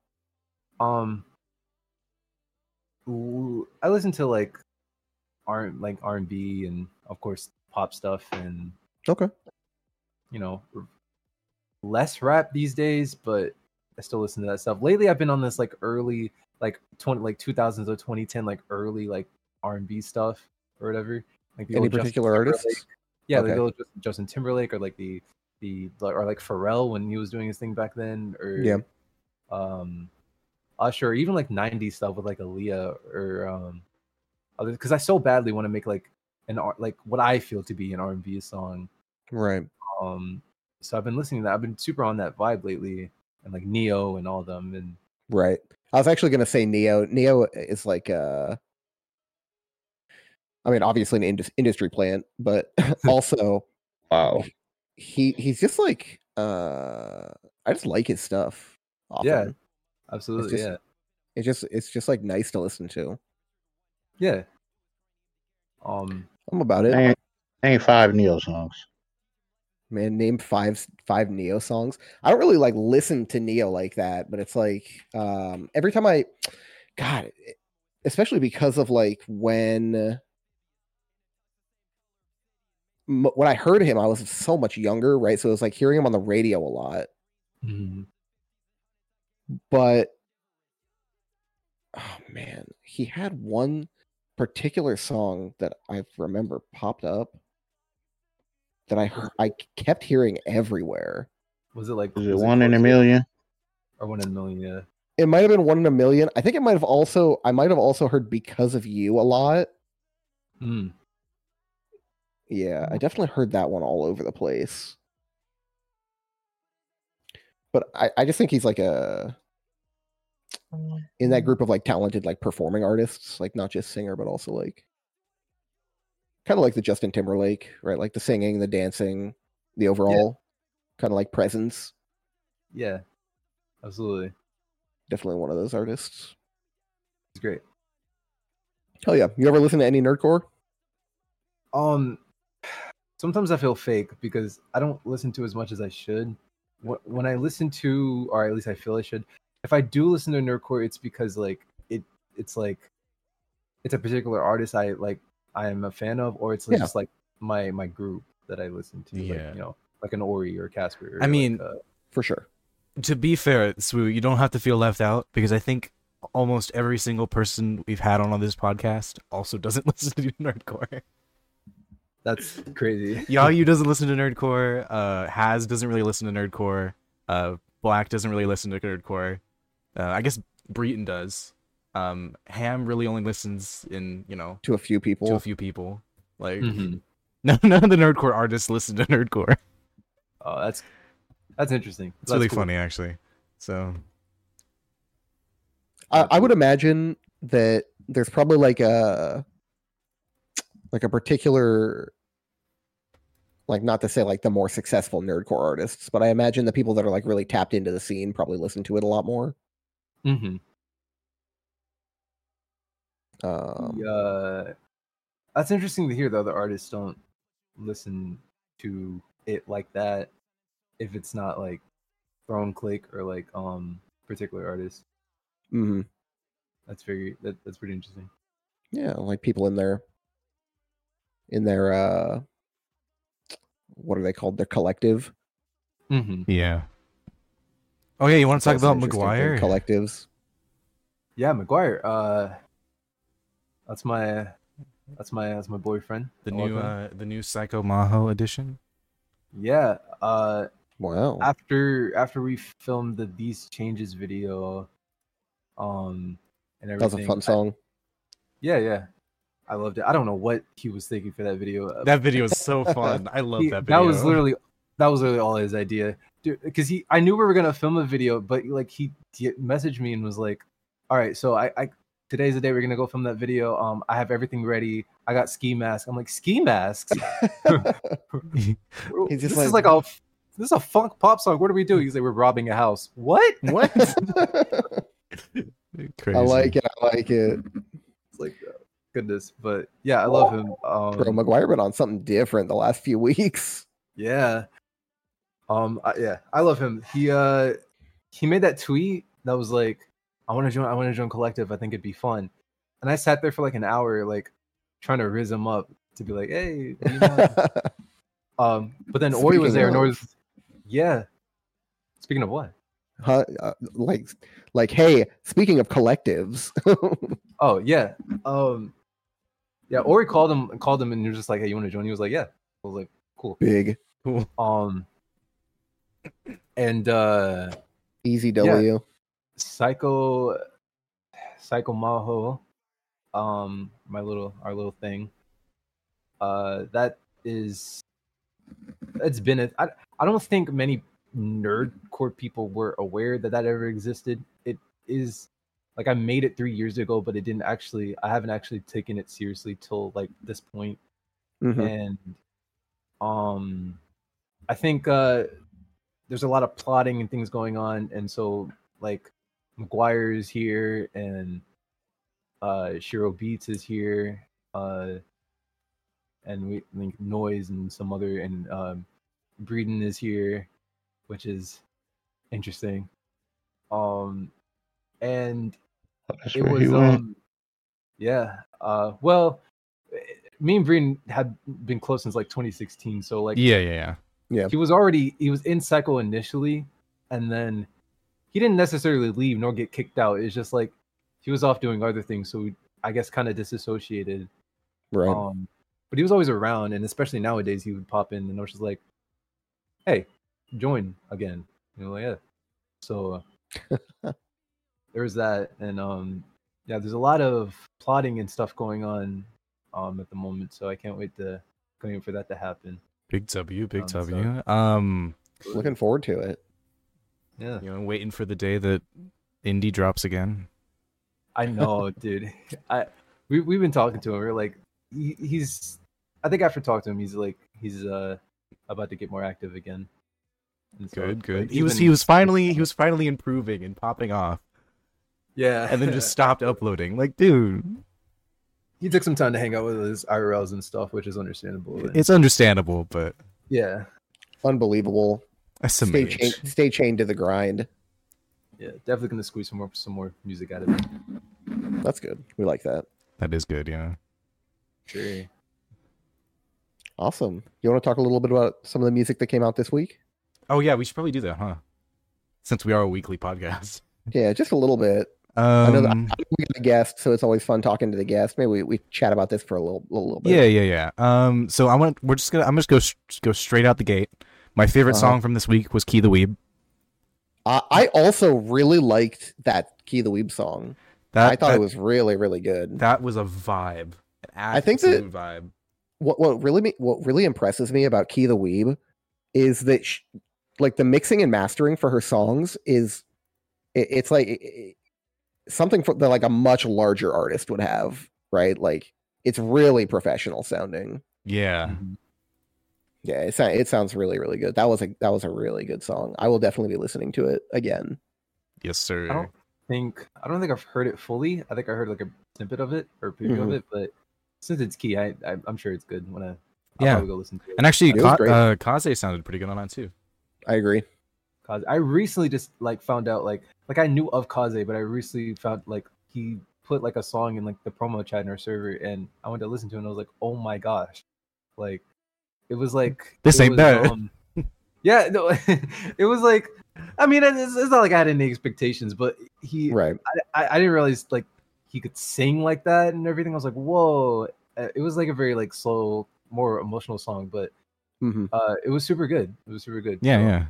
[SPEAKER 3] Um, ooh, I listen to like R like R and B and of course pop stuff and
[SPEAKER 2] Okay.
[SPEAKER 3] you know r- less rap these days, but I still listen to that stuff. Lately, I've been on this like early like twenty like two thousands or twenty ten like early like R and B stuff or whatever. Like the
[SPEAKER 2] Any
[SPEAKER 3] old Justin
[SPEAKER 2] particular
[SPEAKER 3] Timberlake-
[SPEAKER 2] artists?
[SPEAKER 3] Yeah, like
[SPEAKER 2] Okay.
[SPEAKER 3] the old Justin- Justin Timberlake or like the the or like Pharrell when he was doing his thing back then or
[SPEAKER 2] Yeah.
[SPEAKER 3] um Usher, or even like 90s stuff with like Aaliyah or um other because I so badly want to make like an R like what I feel to be an R&B song.
[SPEAKER 2] Right.
[SPEAKER 3] Um so I've been listening to that. I've been super on that vibe lately and like Neo and all them and
[SPEAKER 2] Right. I was actually gonna say Neo. Neo is like uh I mean, obviously an indus- industry plant, but also
[SPEAKER 4] Wow.
[SPEAKER 2] he he's just like uh I just like his stuff. Often.
[SPEAKER 3] Yeah, absolutely
[SPEAKER 2] just-
[SPEAKER 3] yeah.
[SPEAKER 2] It's just it's just like nice to listen to.
[SPEAKER 3] Yeah. Um
[SPEAKER 2] I'm about it.
[SPEAKER 4] Ain't, ain't five Neo songs.
[SPEAKER 2] Man, name five s- five Neo songs. I don't really like listen to Neo like that, but it's like um every time I God, it- especially because of like when m- when I heard him, I was so much younger, right? So it was like hearing him on the radio a lot,
[SPEAKER 4] Mm-hmm.
[SPEAKER 3] mhm.
[SPEAKER 2] but oh man, he had one particular song that I remember popped up that I hear- I kept hearing everywhere.
[SPEAKER 3] was it like
[SPEAKER 4] Is it
[SPEAKER 3] was
[SPEAKER 4] one in a
[SPEAKER 3] Closer
[SPEAKER 4] million?
[SPEAKER 3] or one in a million? Yeah.
[SPEAKER 2] it might have been one in a million. I think it might have also I might have also heard because of you a lot.
[SPEAKER 3] Mm.
[SPEAKER 2] Yeah, I definitely heard that one all over the place. But I, I just think he's like a in that group of like talented like performing artists, like not just singer but also like kind of like the Justin Timberlake, right? Like the singing, the dancing, the overall kind of like presence.
[SPEAKER 3] Yeah. Absolutely.
[SPEAKER 2] Definitely one of those artists.
[SPEAKER 3] It's great.
[SPEAKER 2] Hell yeah. You ever listen to any nerdcore?
[SPEAKER 3] Um, sometimes I feel fake because I don't listen to as much as I should. Wh- When I listen to, or at least I feel I should, if I do listen to nerdcore, it's because like it, it's like, it's a particular artist I like, I am a fan of, or it's
[SPEAKER 2] Yeah.
[SPEAKER 3] just like my my group that I listen to,
[SPEAKER 1] Yeah.
[SPEAKER 3] like you know, like an Ori or Casper. or
[SPEAKER 1] I
[SPEAKER 3] like,
[SPEAKER 1] mean,
[SPEAKER 3] uh,
[SPEAKER 2] For sure.
[SPEAKER 1] to be fair, Swoo, you don't have to feel left out because I think almost every single person we've had on on this podcast also doesn't listen to nerdcore.
[SPEAKER 3] That's crazy.
[SPEAKER 1] Yayu doesn't listen to nerdcore. Uh, Has doesn't really listen to nerdcore. Uh, Black doesn't really listen to nerdcore. Uh, I guess Breton does. Um, Ham really only listens in you know
[SPEAKER 2] to a few people.
[SPEAKER 1] to a few people. Like
[SPEAKER 3] Mm-hmm.
[SPEAKER 1] no, none of the nerdcore artists listen to nerdcore.
[SPEAKER 3] Oh, that's that's interesting.
[SPEAKER 1] It's really funny actually. So
[SPEAKER 2] I, I would imagine that there's probably like a like a particular like not to say like the more successful nerdcore artists, but I imagine the people that are like really tapped into the scene probably listen to it a lot more.
[SPEAKER 3] Mm-hmm.
[SPEAKER 2] Um,
[SPEAKER 3] uh, that's interesting to hear though. The artists don't listen to it like that if it's not like thrown click or like um particular artist.
[SPEAKER 2] mhm.
[SPEAKER 3] That's very that, that's pretty interesting.
[SPEAKER 2] yeah like people in their in their uh what are they called their collective
[SPEAKER 3] Mm-hmm.
[SPEAKER 1] yeah. Oh yeah, you want to talk
[SPEAKER 2] That's an
[SPEAKER 1] about
[SPEAKER 2] interesting thing,
[SPEAKER 1] McGuire?
[SPEAKER 2] collectives
[SPEAKER 3] Yeah, McGuire. Uh, that's my that's my that's my boyfriend.
[SPEAKER 1] the
[SPEAKER 3] I love
[SPEAKER 1] new
[SPEAKER 3] him.
[SPEAKER 1] uh, the new Psycho Maho edition.
[SPEAKER 3] yeah. Uh,
[SPEAKER 2] wow
[SPEAKER 3] after after we filmed the these changes video, um, and
[SPEAKER 2] that was
[SPEAKER 3] everything.
[SPEAKER 2] a fun
[SPEAKER 3] I-
[SPEAKER 2] song
[SPEAKER 3] yeah, yeah. I loved it. I don't know what he was thinking for that video. Uh,
[SPEAKER 1] That video is so fun. I love
[SPEAKER 3] he-
[SPEAKER 1] that video.
[SPEAKER 3] was literally that was literally all his idea, because he I knew we were gonna film a video, but like he, he messaged me and was like, "All right, so I, I today's the day we're gonna go film that video. Um, I have everything ready. I got ski mask. I'm like ski masks.
[SPEAKER 2] He's
[SPEAKER 3] this
[SPEAKER 2] just
[SPEAKER 3] is
[SPEAKER 2] like-
[SPEAKER 3] like a f- this is a funk pop song. What are we doing? He's like, we're robbing a house. What?
[SPEAKER 2] what
[SPEAKER 1] Crazy.
[SPEAKER 2] i like it i like it
[SPEAKER 3] It's like uh, goodness, but yeah, I love him. Um,
[SPEAKER 2] bro mcguire been on something different the last few weeks
[SPEAKER 3] Yeah. Um. I, yeah, I love him. He uh, he made that tweet that was like, "I want to join. I want to join Collective. I think it'd be fun." And I sat there for like an hour, like trying to riz him up to be like, "Hey." you know." um. But then Ori was
[SPEAKER 2] Speaking
[SPEAKER 3] there, and
[SPEAKER 2] of-
[SPEAKER 3] Ori was, yeah. Speaking of what?
[SPEAKER 2] huh, uh, like like hey speaking of collectives
[SPEAKER 3] Oh yeah. Um. Yeah, Ori called him called him and he was just like, Hey, you want to join? He was like, Yeah. I was like, Cool.
[SPEAKER 2] big
[SPEAKER 3] Um and uh
[SPEAKER 2] easy w
[SPEAKER 3] Psycho Psycho Maho, um, my little our little thing. Uh, that is, it's been a. I I don't think many nerdcore people were aware that that ever existed. It is like I made it three years ago, but it didn't actually. I haven't actually taken it seriously till like this point
[SPEAKER 2] Mhm.
[SPEAKER 3] and um i think uh there's a lot of plotting and things going on and so like mcguire is here and uh shiro beats is here uh and we like noise and some other and um breeden is here which is interesting um and
[SPEAKER 4] Oh, That's
[SPEAKER 3] it
[SPEAKER 4] where he
[SPEAKER 3] was
[SPEAKER 4] went.
[SPEAKER 3] um yeah uh well eh, me and Breen had been close since like 2016 so like
[SPEAKER 1] Yeah, yeah, yeah.
[SPEAKER 3] he was already he was in cycle initially and then he didn't necessarily leave nor get kicked out it's just like he was off doing other things so we, i guess kind of disassociated
[SPEAKER 2] right
[SPEAKER 3] um but he was always around and especially nowadays he would pop in and i was just like hey join again you know like, yeah so uh, there's that and um yeah there's a lot of plotting and stuff going on um at the moment so i can't wait to can't wait for that to happen
[SPEAKER 1] Big W, big
[SPEAKER 3] Um, so-
[SPEAKER 1] W. Um,
[SPEAKER 2] looking forward to it
[SPEAKER 3] yeah
[SPEAKER 1] you know, waiting for the day that indie drops again.
[SPEAKER 3] I know, dude. I we we've been talking to him. We're like, he, he's. I think after talking to him, he's like, he's uh about to get more active again. And so,
[SPEAKER 1] Good,
[SPEAKER 3] like,
[SPEAKER 1] good.
[SPEAKER 3] he's
[SPEAKER 1] He was
[SPEAKER 3] been-
[SPEAKER 1] he was finally he was finally improving and popping off,
[SPEAKER 3] yeah,
[SPEAKER 1] and then just stopped uploading. Like, dude,
[SPEAKER 3] he took some time to hang out with his IRLs and stuff, which is understandable. and-
[SPEAKER 1] it's understandable, but
[SPEAKER 3] yeah,
[SPEAKER 2] unbelievable
[SPEAKER 1] that's some
[SPEAKER 2] stay
[SPEAKER 1] age.
[SPEAKER 2] chained, stay chained to the grind
[SPEAKER 3] yeah, definitely gonna squeeze some more some more music out of it.
[SPEAKER 2] that's good we like that
[SPEAKER 1] That is good, yeah.
[SPEAKER 3] Sure.
[SPEAKER 2] Awesome. You want to talk a little bit about some of the music that came out this week?
[SPEAKER 1] Oh yeah, we should probably do that, huh? Since we are a weekly podcast.
[SPEAKER 2] Yeah, just a little bit. I know that I
[SPEAKER 1] Um,
[SPEAKER 2] know we got a guest, so it's always fun talking to the guest. Maybe we, we chat about this for a little little, little bit.
[SPEAKER 1] yeah, yeah, yeah. Um, so I want we're just gonna I'm just go s- go straight out the gate. My favorite
[SPEAKER 2] Uh-huh.
[SPEAKER 1] song from this week was "Key the Weeb."
[SPEAKER 2] I, I also really liked that Key the Weeb song.
[SPEAKER 1] That
[SPEAKER 2] I thought
[SPEAKER 1] that,
[SPEAKER 2] it was really really good.
[SPEAKER 1] that was a vibe. An
[SPEAKER 2] I think that-
[SPEAKER 1] absolute vibe.
[SPEAKER 2] what what really me, what really impresses me about Key the Weeb is that sh like the mixing and mastering for her songs is it, it's like it- it- something for, that like a much larger artist would have, right? Like it's really professional sounding.
[SPEAKER 1] Yeah,
[SPEAKER 3] Mm-hmm.
[SPEAKER 2] Yeah, it, sou- it sounds really really good. That was a that was a really good song. I will definitely be listening to it again.
[SPEAKER 1] yes,
[SPEAKER 3] I
[SPEAKER 1] sir.
[SPEAKER 3] don't think I don't think I've heard it fully. I think I heard like a snippet of it or a preview of
[SPEAKER 1] Mm-hmm.
[SPEAKER 2] Mhm.
[SPEAKER 3] it, but since it's key, I, I I'm sure it's good. When I
[SPEAKER 1] Yeah.
[SPEAKER 3] I'll probably go listen to it.
[SPEAKER 1] And actually,
[SPEAKER 2] It was
[SPEAKER 1] Ka-
[SPEAKER 2] great.
[SPEAKER 1] uh, Kaze sounded pretty good on that too.
[SPEAKER 2] I agree.
[SPEAKER 3] Kaze. I recently just like found out like like I knew of Kaze, but I recently found like he put like a song in like the promo chat in our server, and I went to listen to it, and I was like, oh my gosh, like it was like
[SPEAKER 1] This
[SPEAKER 3] it
[SPEAKER 1] ain't
[SPEAKER 3] was,
[SPEAKER 1] bad.
[SPEAKER 3] um, yeah, no, it was like I mean it's, it's not like I had any expectations, but he
[SPEAKER 2] Right.
[SPEAKER 3] I, I didn't realize like he could sing like that and everything. I was like, whoa! Uh, It was like a very like slow, more emotional song, but
[SPEAKER 2] hmm
[SPEAKER 3] uh, it was super good. It was super good.
[SPEAKER 1] Yeah,
[SPEAKER 3] So,
[SPEAKER 1] yeah.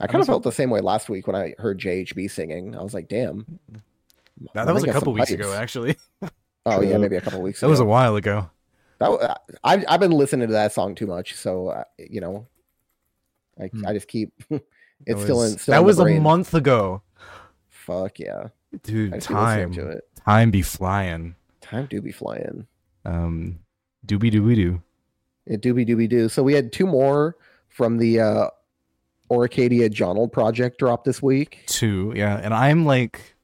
[SPEAKER 2] I kind of felt the same way last week when I heard JHB singing. I was like, damn.
[SPEAKER 1] That,
[SPEAKER 2] I
[SPEAKER 1] that was
[SPEAKER 2] think
[SPEAKER 1] a
[SPEAKER 2] I have
[SPEAKER 1] couple
[SPEAKER 2] some
[SPEAKER 1] weeks
[SPEAKER 2] pipes.
[SPEAKER 1] ago, actually.
[SPEAKER 2] Oh yeah,
[SPEAKER 4] True.
[SPEAKER 2] maybe a couple weeks.
[SPEAKER 1] That was
[SPEAKER 2] ago.
[SPEAKER 1] a while ago.
[SPEAKER 2] That wa- I've I've been listening to that song too much, so uh, you know, I
[SPEAKER 3] Hmm.
[SPEAKER 2] I just keep it's
[SPEAKER 1] That
[SPEAKER 2] still
[SPEAKER 1] was-
[SPEAKER 2] in. Still
[SPEAKER 1] that
[SPEAKER 2] in the
[SPEAKER 1] was a
[SPEAKER 2] brain.
[SPEAKER 1] month ago,
[SPEAKER 2] Fuck yeah, I
[SPEAKER 1] dude.
[SPEAKER 2] just keep listening
[SPEAKER 1] Time,
[SPEAKER 2] to it.
[SPEAKER 1] time be flying.
[SPEAKER 2] Time do be flying.
[SPEAKER 1] Um, doobie doobie doo.
[SPEAKER 2] It doobie doobie doo. So we had two more from the uh Oracadia Johnald project drop this week.
[SPEAKER 1] Two, yeah. And I'm like,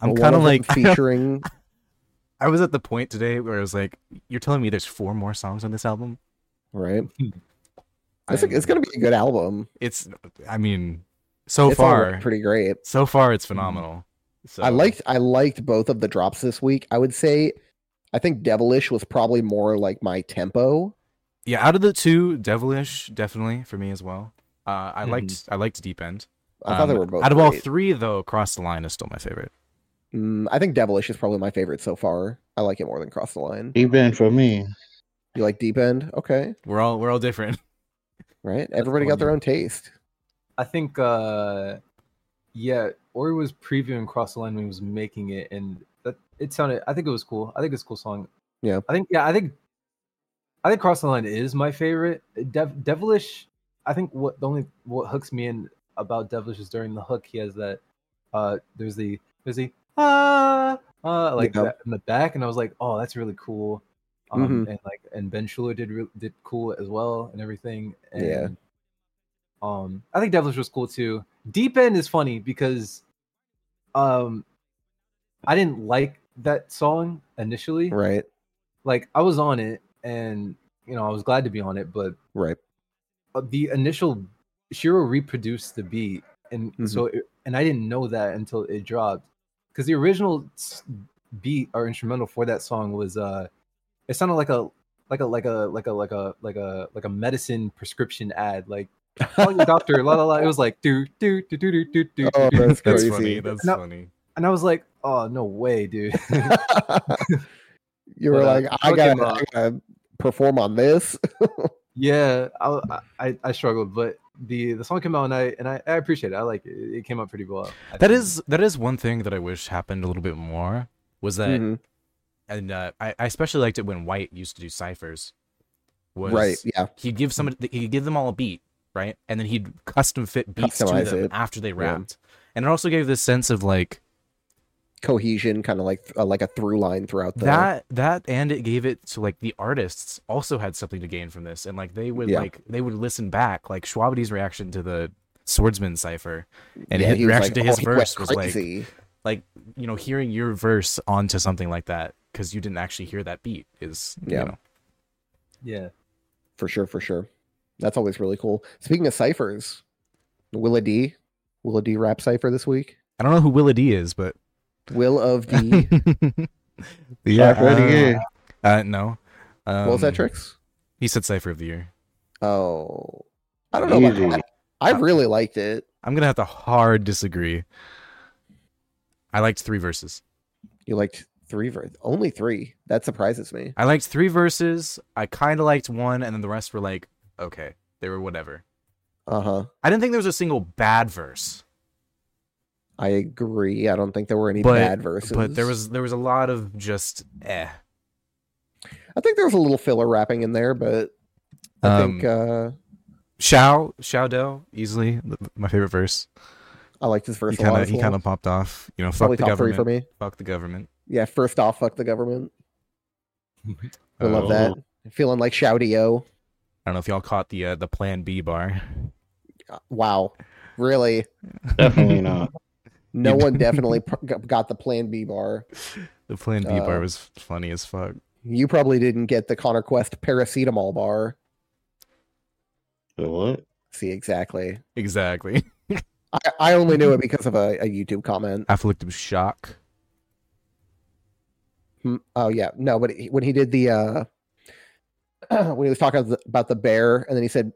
[SPEAKER 1] I'm
[SPEAKER 2] One
[SPEAKER 1] kind of
[SPEAKER 2] them
[SPEAKER 1] like
[SPEAKER 2] featuring.
[SPEAKER 1] I was at the point today where I was like, "You're telling me there's four more songs on this album?
[SPEAKER 2] right, it's,
[SPEAKER 1] Hmm. I'm-
[SPEAKER 2] it's gonna be a good album.
[SPEAKER 1] It's, I mean, so
[SPEAKER 2] It's all
[SPEAKER 1] far,
[SPEAKER 2] pretty great.
[SPEAKER 1] so far, it's phenomenal. So
[SPEAKER 2] I liked I liked both of the drops this week. I would say, I think Devilish was probably more like my tempo.
[SPEAKER 1] yeah. Out of the two, Devilish definitely for me as well. Uh, I liked, I liked Deep End.
[SPEAKER 2] I thought they
[SPEAKER 1] Um,
[SPEAKER 2] were both
[SPEAKER 1] Out of all
[SPEAKER 2] great.
[SPEAKER 1] three, though, Cross the Line is still my favorite.
[SPEAKER 2] Mm, I think Devilish is probably my favorite so far. I like it more than Cross the Line.
[SPEAKER 4] Deep in for me.
[SPEAKER 2] You like Deep End? Okay.
[SPEAKER 1] We're all we're all different.
[SPEAKER 2] Right? Everybody got their own taste.
[SPEAKER 3] I think uh, yeah, Ori was previewing Cross the Line when he was making it, and that it sounded. I think it was cool. I think it's a cool song.
[SPEAKER 2] Yeah.
[SPEAKER 3] I think yeah, I think I think Cross the Line is my favorite. Dev, Devilish. I think what the only what hooks me in about Devilish is during the hook he has that uh there's the there's the ah uh like
[SPEAKER 2] Yeah.
[SPEAKER 3] that in the back and I was like oh that's really cool um
[SPEAKER 2] Mhm.
[SPEAKER 3] and like and Ben Schuler did re- did cool as well and everything and
[SPEAKER 2] Yeah.
[SPEAKER 3] um I think Devilish was cool too Deep End is funny because um I didn't like that song initially
[SPEAKER 2] Right.
[SPEAKER 3] like I was on it and you know I was glad to be on it but
[SPEAKER 2] Right.
[SPEAKER 3] uh, the initial Shiro reproduced the beat, and
[SPEAKER 2] Mhm.
[SPEAKER 3] so it, and I didn't know that until it dropped because the original s- beat or instrumental for that song was uh, it sounded like a like a like a like a like a like a like a medicine prescription ad like call your doctor la la la it was like do do do do do do do
[SPEAKER 2] Oh,
[SPEAKER 3] do
[SPEAKER 2] that's
[SPEAKER 1] That's
[SPEAKER 2] crazy.
[SPEAKER 1] funny. That's
[SPEAKER 3] No.
[SPEAKER 1] funny.
[SPEAKER 3] and I was like oh no way dude
[SPEAKER 2] you were
[SPEAKER 3] But, uh,
[SPEAKER 2] like, I
[SPEAKER 3] fucking,
[SPEAKER 2] gotta,
[SPEAKER 3] uh,
[SPEAKER 2] I gotta perform on this.
[SPEAKER 3] Yeah, I, I I struggled, but the the song came out and I and I, I appreciate it. I like it. It came out pretty well. I
[SPEAKER 1] That
[SPEAKER 3] think.
[SPEAKER 1] is that is one thing that I wish happened a little bit more. Was that
[SPEAKER 2] Mhm.
[SPEAKER 1] and uh, I, I especially liked it when White used to do ciphers. Was
[SPEAKER 2] Right. Yeah.
[SPEAKER 1] He'd give somebody he'd give them all a beat, right, and then he'd custom fit beats to
[SPEAKER 2] Customize
[SPEAKER 1] them
[SPEAKER 2] it.
[SPEAKER 1] after they rapped, and it also gave this sense of like
[SPEAKER 2] Cohesion, kind of like uh, like a through line throughout the.
[SPEAKER 1] that that and it gave it to like the artists also had something to gain from this and like they would
[SPEAKER 2] Yeah.
[SPEAKER 1] like they would listen back like Schwabity's reaction to the swordsman cipher and
[SPEAKER 2] Yeah,
[SPEAKER 1] his
[SPEAKER 2] he was
[SPEAKER 1] reaction
[SPEAKER 2] like,
[SPEAKER 1] to his
[SPEAKER 2] "Oh, he went
[SPEAKER 1] verse was like
[SPEAKER 2] crazy."
[SPEAKER 1] like you know hearing your verse onto something like that because you didn't actually hear that beat is you
[SPEAKER 2] Yeah.
[SPEAKER 1] know.
[SPEAKER 3] yeah.
[SPEAKER 2] for sure, for sure. That's always really cool. Speaking of ciphers, Willa D, Willa D rap cipher this week.
[SPEAKER 1] I don't know who Willa D is but
[SPEAKER 2] Will of D.
[SPEAKER 1] yeah
[SPEAKER 4] Cipher of the
[SPEAKER 1] uh,
[SPEAKER 4] year.
[SPEAKER 1] uh, no um,
[SPEAKER 2] what was that tricks?
[SPEAKER 1] he said cipher of the year
[SPEAKER 2] Oh, I don't know. About
[SPEAKER 4] Easy.
[SPEAKER 2] that. I really liked it.
[SPEAKER 1] I'm gonna have to hard disagree I liked three verses.
[SPEAKER 2] You liked three ver- only three. That surprises me.
[SPEAKER 1] I liked three verses. I kind of liked one, and then the rest were like, okay, they were whatever.
[SPEAKER 2] Uh huh.
[SPEAKER 1] I didn't think there was a single bad verse,
[SPEAKER 2] I agree. I don't think there were any
[SPEAKER 1] But-
[SPEAKER 2] bad verses.
[SPEAKER 1] but there was there was a lot of just eh.
[SPEAKER 2] I think there was a little filler wrapping in there, but I
[SPEAKER 1] Um,
[SPEAKER 2] think uh,
[SPEAKER 1] Shao Shao Do easily th- my favorite verse.
[SPEAKER 2] I liked this verse
[SPEAKER 1] He
[SPEAKER 2] a lot.
[SPEAKER 1] kind of
[SPEAKER 2] as
[SPEAKER 1] he
[SPEAKER 2] well.
[SPEAKER 1] kind of popped off. You know, fuck
[SPEAKER 2] Probably
[SPEAKER 1] the
[SPEAKER 2] top
[SPEAKER 1] government.
[SPEAKER 2] three for me.
[SPEAKER 1] Fuck the government.
[SPEAKER 2] Yeah, first off, fuck the government. I
[SPEAKER 1] Uh,
[SPEAKER 2] love that. Feeling like Shouty-O.
[SPEAKER 1] I don't know if y'all caught the uh, the Plan B bar.
[SPEAKER 2] Uh, Wow. Really?
[SPEAKER 4] Definitely not.
[SPEAKER 2] No
[SPEAKER 1] You-
[SPEAKER 2] one definitely pr- got- got the Plan B bar.
[SPEAKER 1] The Plan B bar
[SPEAKER 2] Uh,
[SPEAKER 1] was funny as fuck.
[SPEAKER 2] You probably didn't get the Connor Quest paracetamol bar.
[SPEAKER 4] The what?
[SPEAKER 2] See, exactly.
[SPEAKER 1] Exactly.
[SPEAKER 2] I, I only knew it because of a, a YouTube comment.
[SPEAKER 1] Afflictive shock.
[SPEAKER 2] Hmm. Oh, yeah. No, but he, when he did the, uh, when he was talking th- about the bear, and then he said,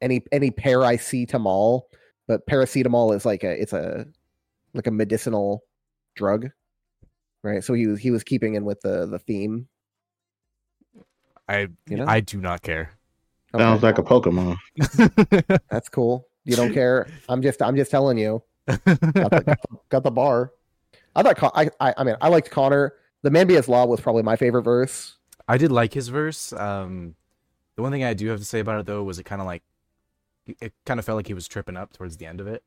[SPEAKER 2] any, any pear I see tamol, but paracetamol is like a, it's a, like a medicinal drug. Right. So he was, he was keeping in with the, the theme.
[SPEAKER 1] I
[SPEAKER 2] You know?
[SPEAKER 1] I do not care.
[SPEAKER 2] Okay.
[SPEAKER 4] Sounds like a Pokemon.
[SPEAKER 2] That's cool. You don't care. I'm just I'm just telling you. Got the, got the, got the bar. I thought Con- I, I I mean I liked Connor. The Man Be His Law was probably my favorite verse.
[SPEAKER 1] I did like his verse. Um, the one thing I do have to say about it though was it kind of like it kind of felt like he was tripping up towards the end of it.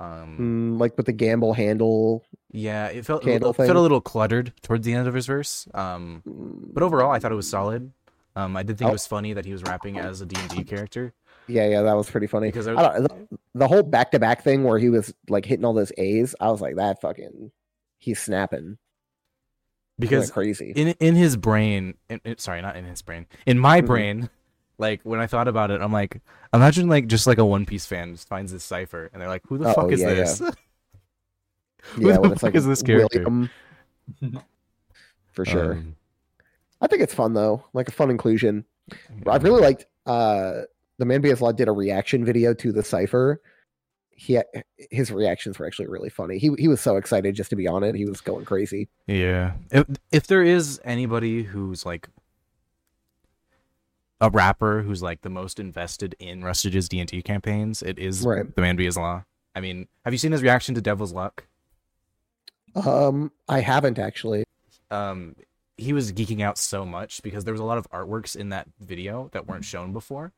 [SPEAKER 1] Um,
[SPEAKER 4] Hmm.
[SPEAKER 2] Mm, like with the gamble handle.
[SPEAKER 1] yeah, it felt it
[SPEAKER 2] Candle
[SPEAKER 1] felt
[SPEAKER 2] thing.
[SPEAKER 1] a little cluttered towards the end of his verse. Um, but overall, I thought it was solid. Um, I did think
[SPEAKER 2] Oh.
[SPEAKER 1] it was funny that he was rapping as a D and D character
[SPEAKER 2] Yeah, yeah, that was pretty funny.
[SPEAKER 1] because there
[SPEAKER 2] I don't, the, the whole back to back thing where he was like hitting all those A's, I was like, that fucking he's snapping. He went
[SPEAKER 1] because
[SPEAKER 2] crazy.
[SPEAKER 1] in in his brain in, in- sorry not in his brain in my
[SPEAKER 2] Mhm.
[SPEAKER 1] brain like when i thought about it i'm like imagine like just like a one piece fan just finds this cipher and they're like who the
[SPEAKER 2] Oh,
[SPEAKER 1] fuck is
[SPEAKER 2] yeah, yeah.
[SPEAKER 1] this who
[SPEAKER 2] yeah,
[SPEAKER 1] the
[SPEAKER 2] when it's
[SPEAKER 1] fuck
[SPEAKER 2] like
[SPEAKER 1] is this character?
[SPEAKER 2] William. For sure.
[SPEAKER 1] Um,
[SPEAKER 2] I think it's fun though. Like a fun inclusion.
[SPEAKER 1] yeah.
[SPEAKER 2] I really liked uh the man BS Law did a reaction video to the cipher. He his reactions were actually really funny. He he was so excited just to be on it. He was going crazy.
[SPEAKER 1] yeah if, if there is anybody who's like a rapper who's like the most invested in rustage's d&d campaigns it is
[SPEAKER 2] Right.
[SPEAKER 1] the man be his law i mean have you seen his reaction to devil's luck
[SPEAKER 2] Um I haven't actually.
[SPEAKER 1] um he was geeking out so much because there was a lot of artworks in that video that weren't
[SPEAKER 2] Mm-hmm.
[SPEAKER 1] shown before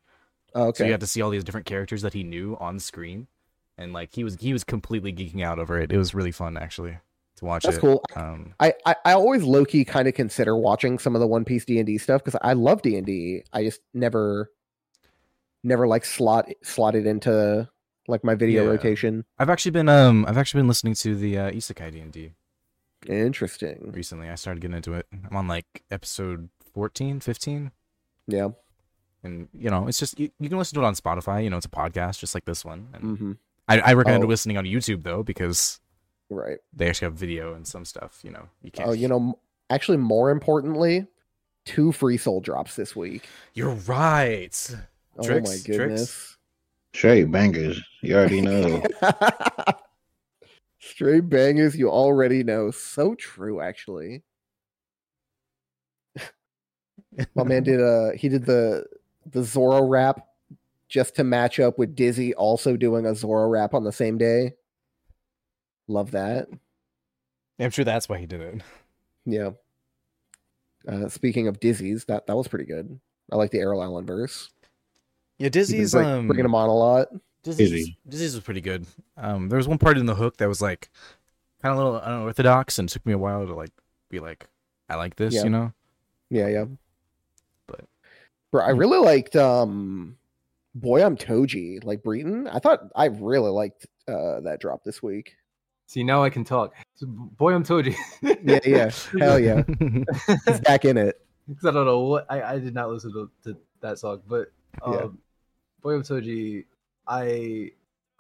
[SPEAKER 2] Oh,
[SPEAKER 1] so you
[SPEAKER 2] okay.
[SPEAKER 1] had to see all these different characters that he knew on screen and like he was he was completely geeking out over it it was really fun actually to watch
[SPEAKER 2] That's
[SPEAKER 1] it
[SPEAKER 2] cool.
[SPEAKER 1] um
[SPEAKER 2] I, I, I always low key kind of consider watching some of the One Piece D and D stuff because I love D and D. I just never, never like slot slotted into like my video
[SPEAKER 1] Yeah.
[SPEAKER 2] rotation.
[SPEAKER 1] i've actually been um i've actually been listening to the uh, isekai d&d
[SPEAKER 2] Interesting.
[SPEAKER 1] recently i started getting into it i'm on like episode 14 15
[SPEAKER 2] Yeah.
[SPEAKER 1] and you know it's just you, you can listen to it on spotify you know it's a podcast just like this one and
[SPEAKER 2] hmm
[SPEAKER 1] I, I recommend
[SPEAKER 2] Oh.
[SPEAKER 1] listening on youtube though because
[SPEAKER 2] Right.
[SPEAKER 1] they actually have video and some stuff you know you can't
[SPEAKER 2] Oh, you know, m- actually, more importantly, two free soul drops this week.
[SPEAKER 1] You're right.
[SPEAKER 2] Oh
[SPEAKER 1] Tricks,
[SPEAKER 2] my
[SPEAKER 1] tricks.
[SPEAKER 2] goodness!
[SPEAKER 4] Straight bangers. You already know.
[SPEAKER 2] Straight bangers, you already know. So true, actually. My man did uh he did the the Zoro rap just to match up with Dizzy also doing a Zoro rap on the same day. Love that.
[SPEAKER 1] I'm sure that's why he did it.
[SPEAKER 2] Yeah. Uh, speaking of Dizzy's, that that was pretty good. I like the Errol Allen verse.
[SPEAKER 1] Yeah,
[SPEAKER 2] He's been
[SPEAKER 1] Dizzy's
[SPEAKER 2] bring-
[SPEAKER 1] um
[SPEAKER 2] bringing him on a lot.
[SPEAKER 1] Dizzy's,
[SPEAKER 4] Dizzy.
[SPEAKER 1] Dizzy's was pretty good. Um there was one part in the hook that was like kind of a little unorthodox and it took me a while to like be like I like this,
[SPEAKER 2] Yeah.
[SPEAKER 1] you know.
[SPEAKER 2] Yeah, yeah.
[SPEAKER 1] But-
[SPEAKER 2] bro, I really liked um Boy I'm Toji, like Breton. I thought I really liked uh that drop this week.
[SPEAKER 3] See, now I can talk. So, boy, I'm told you.
[SPEAKER 2] Yeah, yeah. Hell yeah. He's back in it.
[SPEAKER 3] Because I don't know what I, I did not listen to, to that song, but um,
[SPEAKER 2] Yeah.
[SPEAKER 3] Boy of Soji, I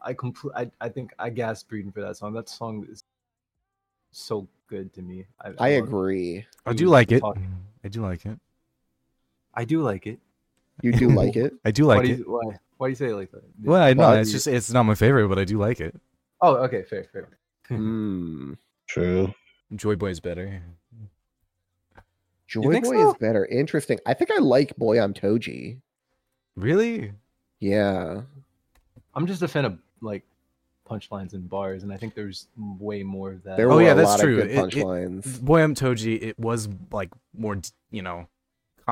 [SPEAKER 3] I complete I, I think I gasped breathing for that song. That song is so good to me. I,
[SPEAKER 2] I
[SPEAKER 3] love it.
[SPEAKER 2] agree.
[SPEAKER 1] I do like it.
[SPEAKER 3] Talking.
[SPEAKER 1] I do like it.
[SPEAKER 3] I do like it.
[SPEAKER 2] You do like it.
[SPEAKER 1] I do
[SPEAKER 3] why
[SPEAKER 1] like
[SPEAKER 3] do
[SPEAKER 1] it.
[SPEAKER 3] you, why why do you say it like that?
[SPEAKER 1] Well, I know
[SPEAKER 2] Why
[SPEAKER 1] it's
[SPEAKER 2] do
[SPEAKER 1] just it's not my favorite, but I do like it.
[SPEAKER 3] oh okay fair fair.
[SPEAKER 2] Hmm.
[SPEAKER 4] True.
[SPEAKER 1] Joy Boy is better.
[SPEAKER 2] Joy Boy
[SPEAKER 3] think so?
[SPEAKER 2] is better. Interesting. I think I like Boy I'm Toji.
[SPEAKER 1] Really?
[SPEAKER 2] Yeah.
[SPEAKER 3] I'm just a fan of like punchlines and bars, and I think there's way more of that.
[SPEAKER 2] There
[SPEAKER 1] Oh,
[SPEAKER 2] were
[SPEAKER 1] yeah,
[SPEAKER 2] a
[SPEAKER 1] that's
[SPEAKER 2] lot
[SPEAKER 1] true.
[SPEAKER 2] of
[SPEAKER 1] It-
[SPEAKER 2] good
[SPEAKER 1] it-
[SPEAKER 2] punchlines.
[SPEAKER 1] Boy I'm Toji, it was like more, d- you know,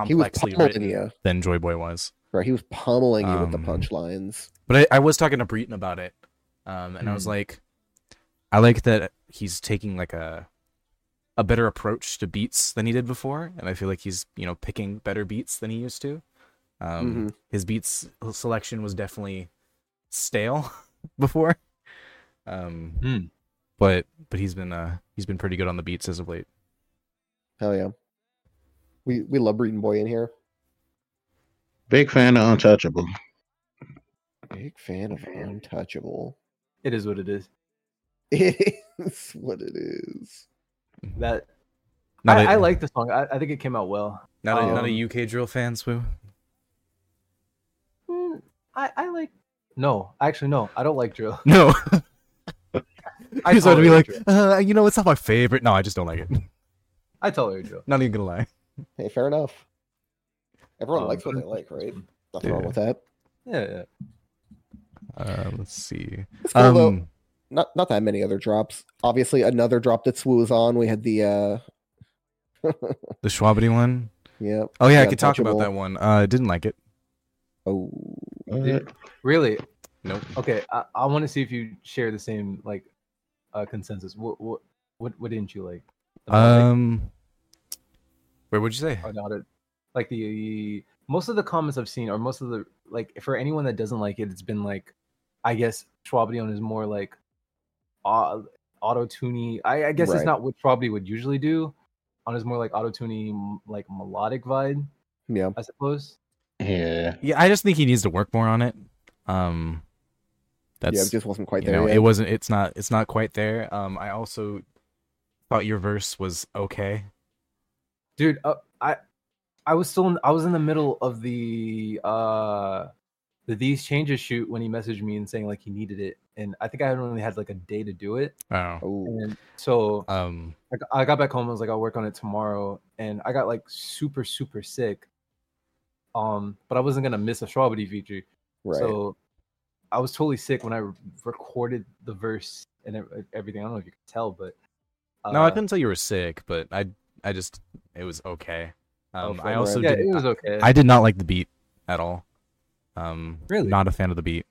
[SPEAKER 2] He was
[SPEAKER 1] complexly
[SPEAKER 2] pummeling
[SPEAKER 1] written
[SPEAKER 2] you.
[SPEAKER 1] than Joy Boy was.
[SPEAKER 2] Right. He was pummeling you with the
[SPEAKER 1] Um,
[SPEAKER 2] punchlines.
[SPEAKER 1] But I, I was talking to Breton about it, um, and I
[SPEAKER 3] Hmm.
[SPEAKER 1] was like, I like that he's taking like a a better approach to beats than he did before, and I feel like he's you know picking better beats than he used to. Um,
[SPEAKER 2] Mm-hmm.
[SPEAKER 3] Mm-hmm.
[SPEAKER 1] His beats selection was definitely stale before, um,
[SPEAKER 3] Hmm.
[SPEAKER 1] but but he's been uh, he's been pretty good on the beats as of late.
[SPEAKER 2] Hell yeah. We we love Breton Boy in here.
[SPEAKER 4] Big fan of Untouchable.
[SPEAKER 2] Big fan of Untouchable.
[SPEAKER 3] It is what it is.
[SPEAKER 2] It is what it is.
[SPEAKER 3] That
[SPEAKER 1] Not
[SPEAKER 3] I,
[SPEAKER 1] a-
[SPEAKER 3] I like the song. I, I think it came out well.
[SPEAKER 1] not a, not
[SPEAKER 3] um,
[SPEAKER 1] a UK drill fan, Swoo.
[SPEAKER 3] Mm, I, I like. No, actually, no. I don't like drill.
[SPEAKER 1] No,
[SPEAKER 3] I
[SPEAKER 1] I just want to be
[SPEAKER 3] tolerate
[SPEAKER 1] like,
[SPEAKER 3] drill.
[SPEAKER 1] uh, you know, it's not my favorite. No, I just don't like it.
[SPEAKER 3] I tolerate drill.
[SPEAKER 1] Not even gonna lie.
[SPEAKER 2] Hey, fair enough. Everyone
[SPEAKER 3] Um,
[SPEAKER 2] likes what
[SPEAKER 3] but-
[SPEAKER 2] they like, right? Nothing wrong
[SPEAKER 1] Yeah.
[SPEAKER 2] with that.
[SPEAKER 3] Yeah, yeah.
[SPEAKER 1] Uh, let's see.
[SPEAKER 2] It's cool though.
[SPEAKER 1] Um,
[SPEAKER 2] Not not that many other drops. Obviously, another drop that Swoo was on. We had the uh
[SPEAKER 1] the Schwabity one.
[SPEAKER 2] yeah.
[SPEAKER 1] Oh yeah, I
[SPEAKER 2] Yeah,
[SPEAKER 1] could talk about
[SPEAKER 2] Untouchable.
[SPEAKER 1] that one. Uh, didn't like it.
[SPEAKER 2] Oh
[SPEAKER 4] What?
[SPEAKER 3] Really?
[SPEAKER 1] Nope.
[SPEAKER 3] Okay. I, I want to see if you share the same like uh, consensus. What what what what didn't you like? The melodic
[SPEAKER 1] Um, where would you say?
[SPEAKER 3] or not it- Like the most of the comments I've seen, or most of the like for anyone that doesn't like it, it's been like, I guess Schwabion is more like auto tuny. I, I guess
[SPEAKER 2] Right.
[SPEAKER 3] it's not what Schwabity would usually do. On his more like auto tuny, like melodic vibe,
[SPEAKER 2] yeah.
[SPEAKER 3] I suppose.
[SPEAKER 4] Yeah.
[SPEAKER 1] Yeah, I just think he needs to work more on it. Um, that's
[SPEAKER 2] yeah, it just wasn't quite
[SPEAKER 1] you
[SPEAKER 2] there.
[SPEAKER 1] know,
[SPEAKER 2] yet.
[SPEAKER 1] it wasn't. It's not. It's not quite there. Um, I also thought your verse was okay.
[SPEAKER 3] dude uh, i i was still in, i was in the middle of the uh the these changes shoot when he messaged me and saying like he needed it and i think i only had like a day to do it
[SPEAKER 1] Oh.
[SPEAKER 2] Oh,
[SPEAKER 3] and so
[SPEAKER 1] Um,
[SPEAKER 3] I g- I got back home i was like i'll work on it tomorrow and i got like super super sick um but i wasn't gonna miss a strawberry feature
[SPEAKER 2] right.
[SPEAKER 3] so I was totally sick when I re- recorded the verse and ev- everything. I don't know if you could tell, but uh,
[SPEAKER 1] no, I couldn't tell you were sick, but I, I just, it was okay. Um,
[SPEAKER 2] for
[SPEAKER 1] I also
[SPEAKER 3] Yeah,
[SPEAKER 1] didn't,
[SPEAKER 3] it was okay.
[SPEAKER 1] I did not like the beat at all. Um,
[SPEAKER 3] Really?
[SPEAKER 1] not a fan of the beat.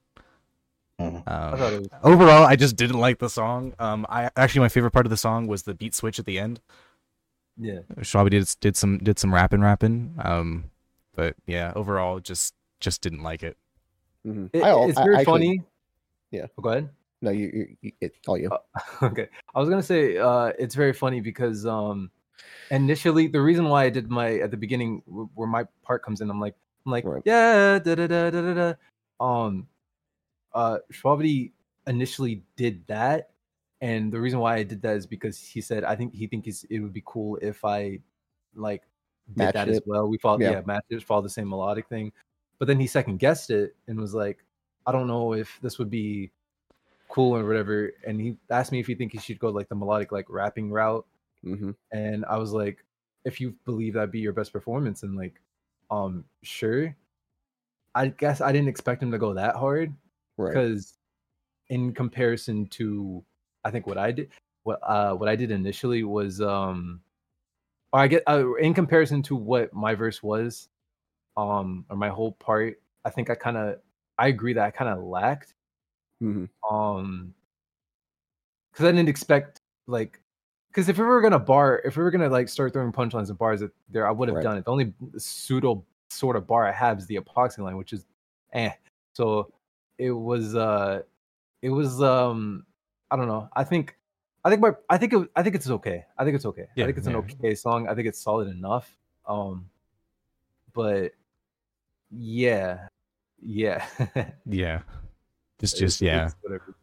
[SPEAKER 4] Mm.
[SPEAKER 1] Um,
[SPEAKER 3] I thought it was
[SPEAKER 1] overall i just didn't like the song um i actually my favorite part of the song was the beat switch at the end
[SPEAKER 3] yeah.
[SPEAKER 1] shwabi did did some did some rapping rapping um but yeah overall just just didn't like it
[SPEAKER 2] Mhm.
[SPEAKER 3] It,
[SPEAKER 2] I al-
[SPEAKER 3] it's
[SPEAKER 2] I-
[SPEAKER 3] very
[SPEAKER 2] I actually-
[SPEAKER 3] funny.
[SPEAKER 2] Yeah.
[SPEAKER 3] Oh, go ahead.
[SPEAKER 2] No, you, you, you it, all you.
[SPEAKER 3] Uh, okay. I was gonna say uh, it's very funny because um, initially the reason why I did my at the beginning wh- where my part comes in, I'm like I'm like
[SPEAKER 2] Right.
[SPEAKER 3] yeah da da da da da da. Um, uh, Schwabity initially did that, and the reason why I did that is because he said I think he thinks it would be cool if I like did
[SPEAKER 2] Matched
[SPEAKER 3] that as
[SPEAKER 2] it.
[SPEAKER 3] well. We followed
[SPEAKER 2] Yeah.
[SPEAKER 3] yeah, matched it, followed the same melodic thing, but then he second guessed it and was like. I don't know if this would be cool or whatever. And he asked me if he think he should go like the melodic like rapping route.
[SPEAKER 2] hmm
[SPEAKER 3] And I was like, if you believe that'd be your best performance, and like, um, sure. I guess I didn't expect him to go that hard
[SPEAKER 2] Right.
[SPEAKER 3] because in comparison to I think what I did what uh what I did initially was um or I get uh, in comparison to what my verse was um or my whole part I think I kind of I agree that I kind of lacked
[SPEAKER 2] hmm
[SPEAKER 3] um because i didn't expect like because if we were gonna bar if we were gonna like start throwing punchlines and bars at there i would have
[SPEAKER 2] Right.
[SPEAKER 3] done it the only pseudo sort of bar i have is the epoxy line which is eh so it was uh it was um i don't know i think i think my i think it, i think it's okay i think it's okay
[SPEAKER 1] Yeah,
[SPEAKER 3] i think it's an
[SPEAKER 1] yeah.
[SPEAKER 3] okay song i think it's solid enough um but yeah yeah
[SPEAKER 1] yeah just
[SPEAKER 3] It's-
[SPEAKER 1] just yeah
[SPEAKER 3] it's whatever.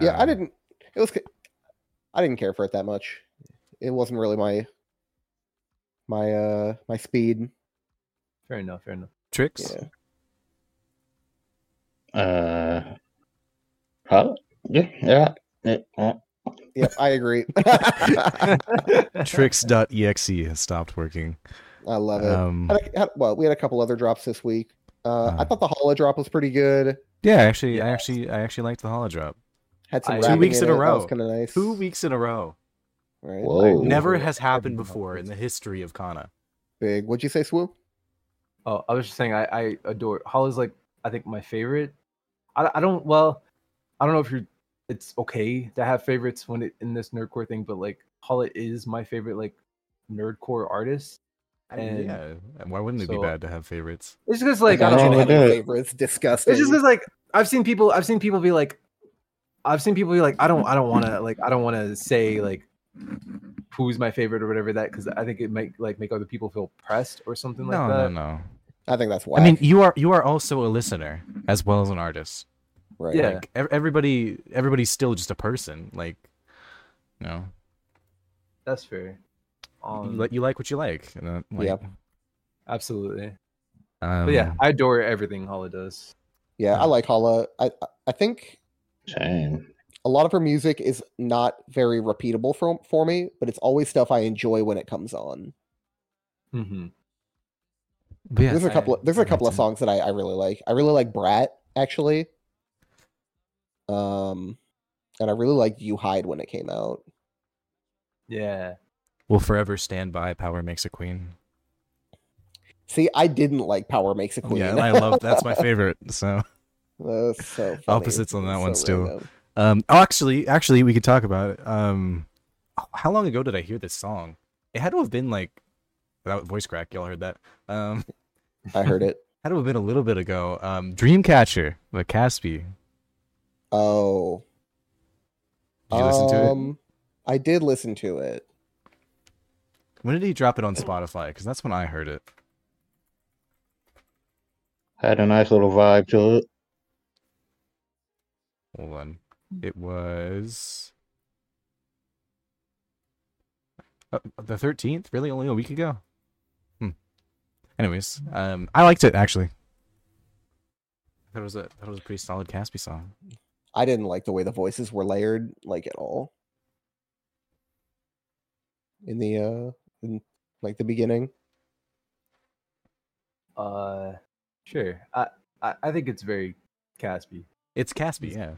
[SPEAKER 2] Yeah, I
[SPEAKER 1] Um,
[SPEAKER 2] didn't. It was. c- I didn't care for it that much. It wasn't really my my uh my speed.
[SPEAKER 3] fair enough fair enough
[SPEAKER 1] tricks
[SPEAKER 2] Yeah.
[SPEAKER 4] Uh, huh? Yeah. Yeah. yeah, uh,
[SPEAKER 2] Yep, I agree. I
[SPEAKER 1] Tricks.exe E has stopped working.
[SPEAKER 2] love it.
[SPEAKER 1] Um,
[SPEAKER 2] Had a- had- well, we had a couple other drops this week. Uh, I
[SPEAKER 1] Uh.
[SPEAKER 2] thought the hollow drop was pretty good.
[SPEAKER 1] yeah, actually, I actually, I actually liked the holodrop.
[SPEAKER 2] Had some
[SPEAKER 3] I- Two
[SPEAKER 2] rapping
[SPEAKER 1] weeks in a
[SPEAKER 2] it. That was
[SPEAKER 1] row.
[SPEAKER 2] kind of nice.
[SPEAKER 1] Two weeks in a row.
[SPEAKER 2] Right.
[SPEAKER 4] Whoa.
[SPEAKER 1] Never has happened before in the history of Kana.
[SPEAKER 2] Big. What'd you say, Swoop?
[SPEAKER 3] Oh, I was just saying, I, I adore Hollow's like I think my favorite. I, I don't well, I don't know if you're. It's okay to have favorites when it in this nerdcore thing, but like Hollow is my favorite like nerdcore artist. And
[SPEAKER 1] yeah, and why wouldn't it be
[SPEAKER 3] so-
[SPEAKER 1] bad to have favorites?
[SPEAKER 3] it's just 'cause, like I
[SPEAKER 4] got
[SPEAKER 3] don't
[SPEAKER 4] you.
[SPEAKER 3] know.
[SPEAKER 4] they do it.
[SPEAKER 2] Favorites. Disgusting.
[SPEAKER 3] It's just 'cause, like I've seen people. I've seen people be like, I've seen people be like, I don't, I don't want to, like, I don't want to say like who's my favorite or whatever that because I think it might like make other people feel pressed or something
[SPEAKER 1] no,
[SPEAKER 3] like that.
[SPEAKER 1] no, no.
[SPEAKER 2] I think that's why.
[SPEAKER 1] I mean, you are you are also a listener as well as an artist.
[SPEAKER 2] right.
[SPEAKER 3] yeah.
[SPEAKER 1] Like ev- everybody, everybody's still just a person. Like, you know,
[SPEAKER 3] That's fair.
[SPEAKER 1] you,
[SPEAKER 3] Um,
[SPEAKER 1] li- you like what you like. And, uh, like
[SPEAKER 2] Yep.
[SPEAKER 3] absolutely.
[SPEAKER 1] um,
[SPEAKER 3] But yeah, I adore everything Hollow does.
[SPEAKER 2] Yeah, I like Hala. I I- I think
[SPEAKER 4] Shame.
[SPEAKER 2] a lot of her music is not very repeatable for for me, but it's always stuff I enjoy when it comes on.
[SPEAKER 3] Mm-hmm.
[SPEAKER 1] but yeah,
[SPEAKER 2] there's a
[SPEAKER 3] I-
[SPEAKER 2] couple. there's a
[SPEAKER 1] I
[SPEAKER 2] couple
[SPEAKER 1] liked
[SPEAKER 2] of
[SPEAKER 1] it.
[SPEAKER 2] songs that I, I really like. I really like Brat actually. Um, and I really liked You Hide when it came out.
[SPEAKER 3] Yeah.
[SPEAKER 1] Will forever stand by. Power makes a queen.
[SPEAKER 2] See, I didn't like Power Makes a Queen.
[SPEAKER 1] Yeah, and I love that's my favorite. So,
[SPEAKER 2] That's so funny.
[SPEAKER 1] Opposites on that
[SPEAKER 2] That's
[SPEAKER 1] one
[SPEAKER 2] so
[SPEAKER 1] still.
[SPEAKER 2] random.
[SPEAKER 1] um, oh, actually, actually, we could talk about it. Um, how long ago did I hear this song? It had to have been like that voice crack. Y'all heard that? Um,
[SPEAKER 2] I heard it.
[SPEAKER 1] had to have been a little bit ago. Um, Dreamcatcher by Caspi.
[SPEAKER 2] Oh.
[SPEAKER 1] Did you listen to it?
[SPEAKER 2] um, I did listen to it.
[SPEAKER 1] When did he drop it on Spotify? Because that's when I heard it.
[SPEAKER 4] Had a nice little vibe to it.
[SPEAKER 1] Hold on. It was Uh, the thirteenth. Really, only a week ago. Hmm. Anyways, um, I liked it actually. That was a that was a pretty solid Caspi song.
[SPEAKER 2] I didn't like the way the voices were layered, like at all. In the uh, in, like the beginning.
[SPEAKER 3] Uh, sure. I, I I think it's very Caspi.
[SPEAKER 1] It's Caspi, yeah.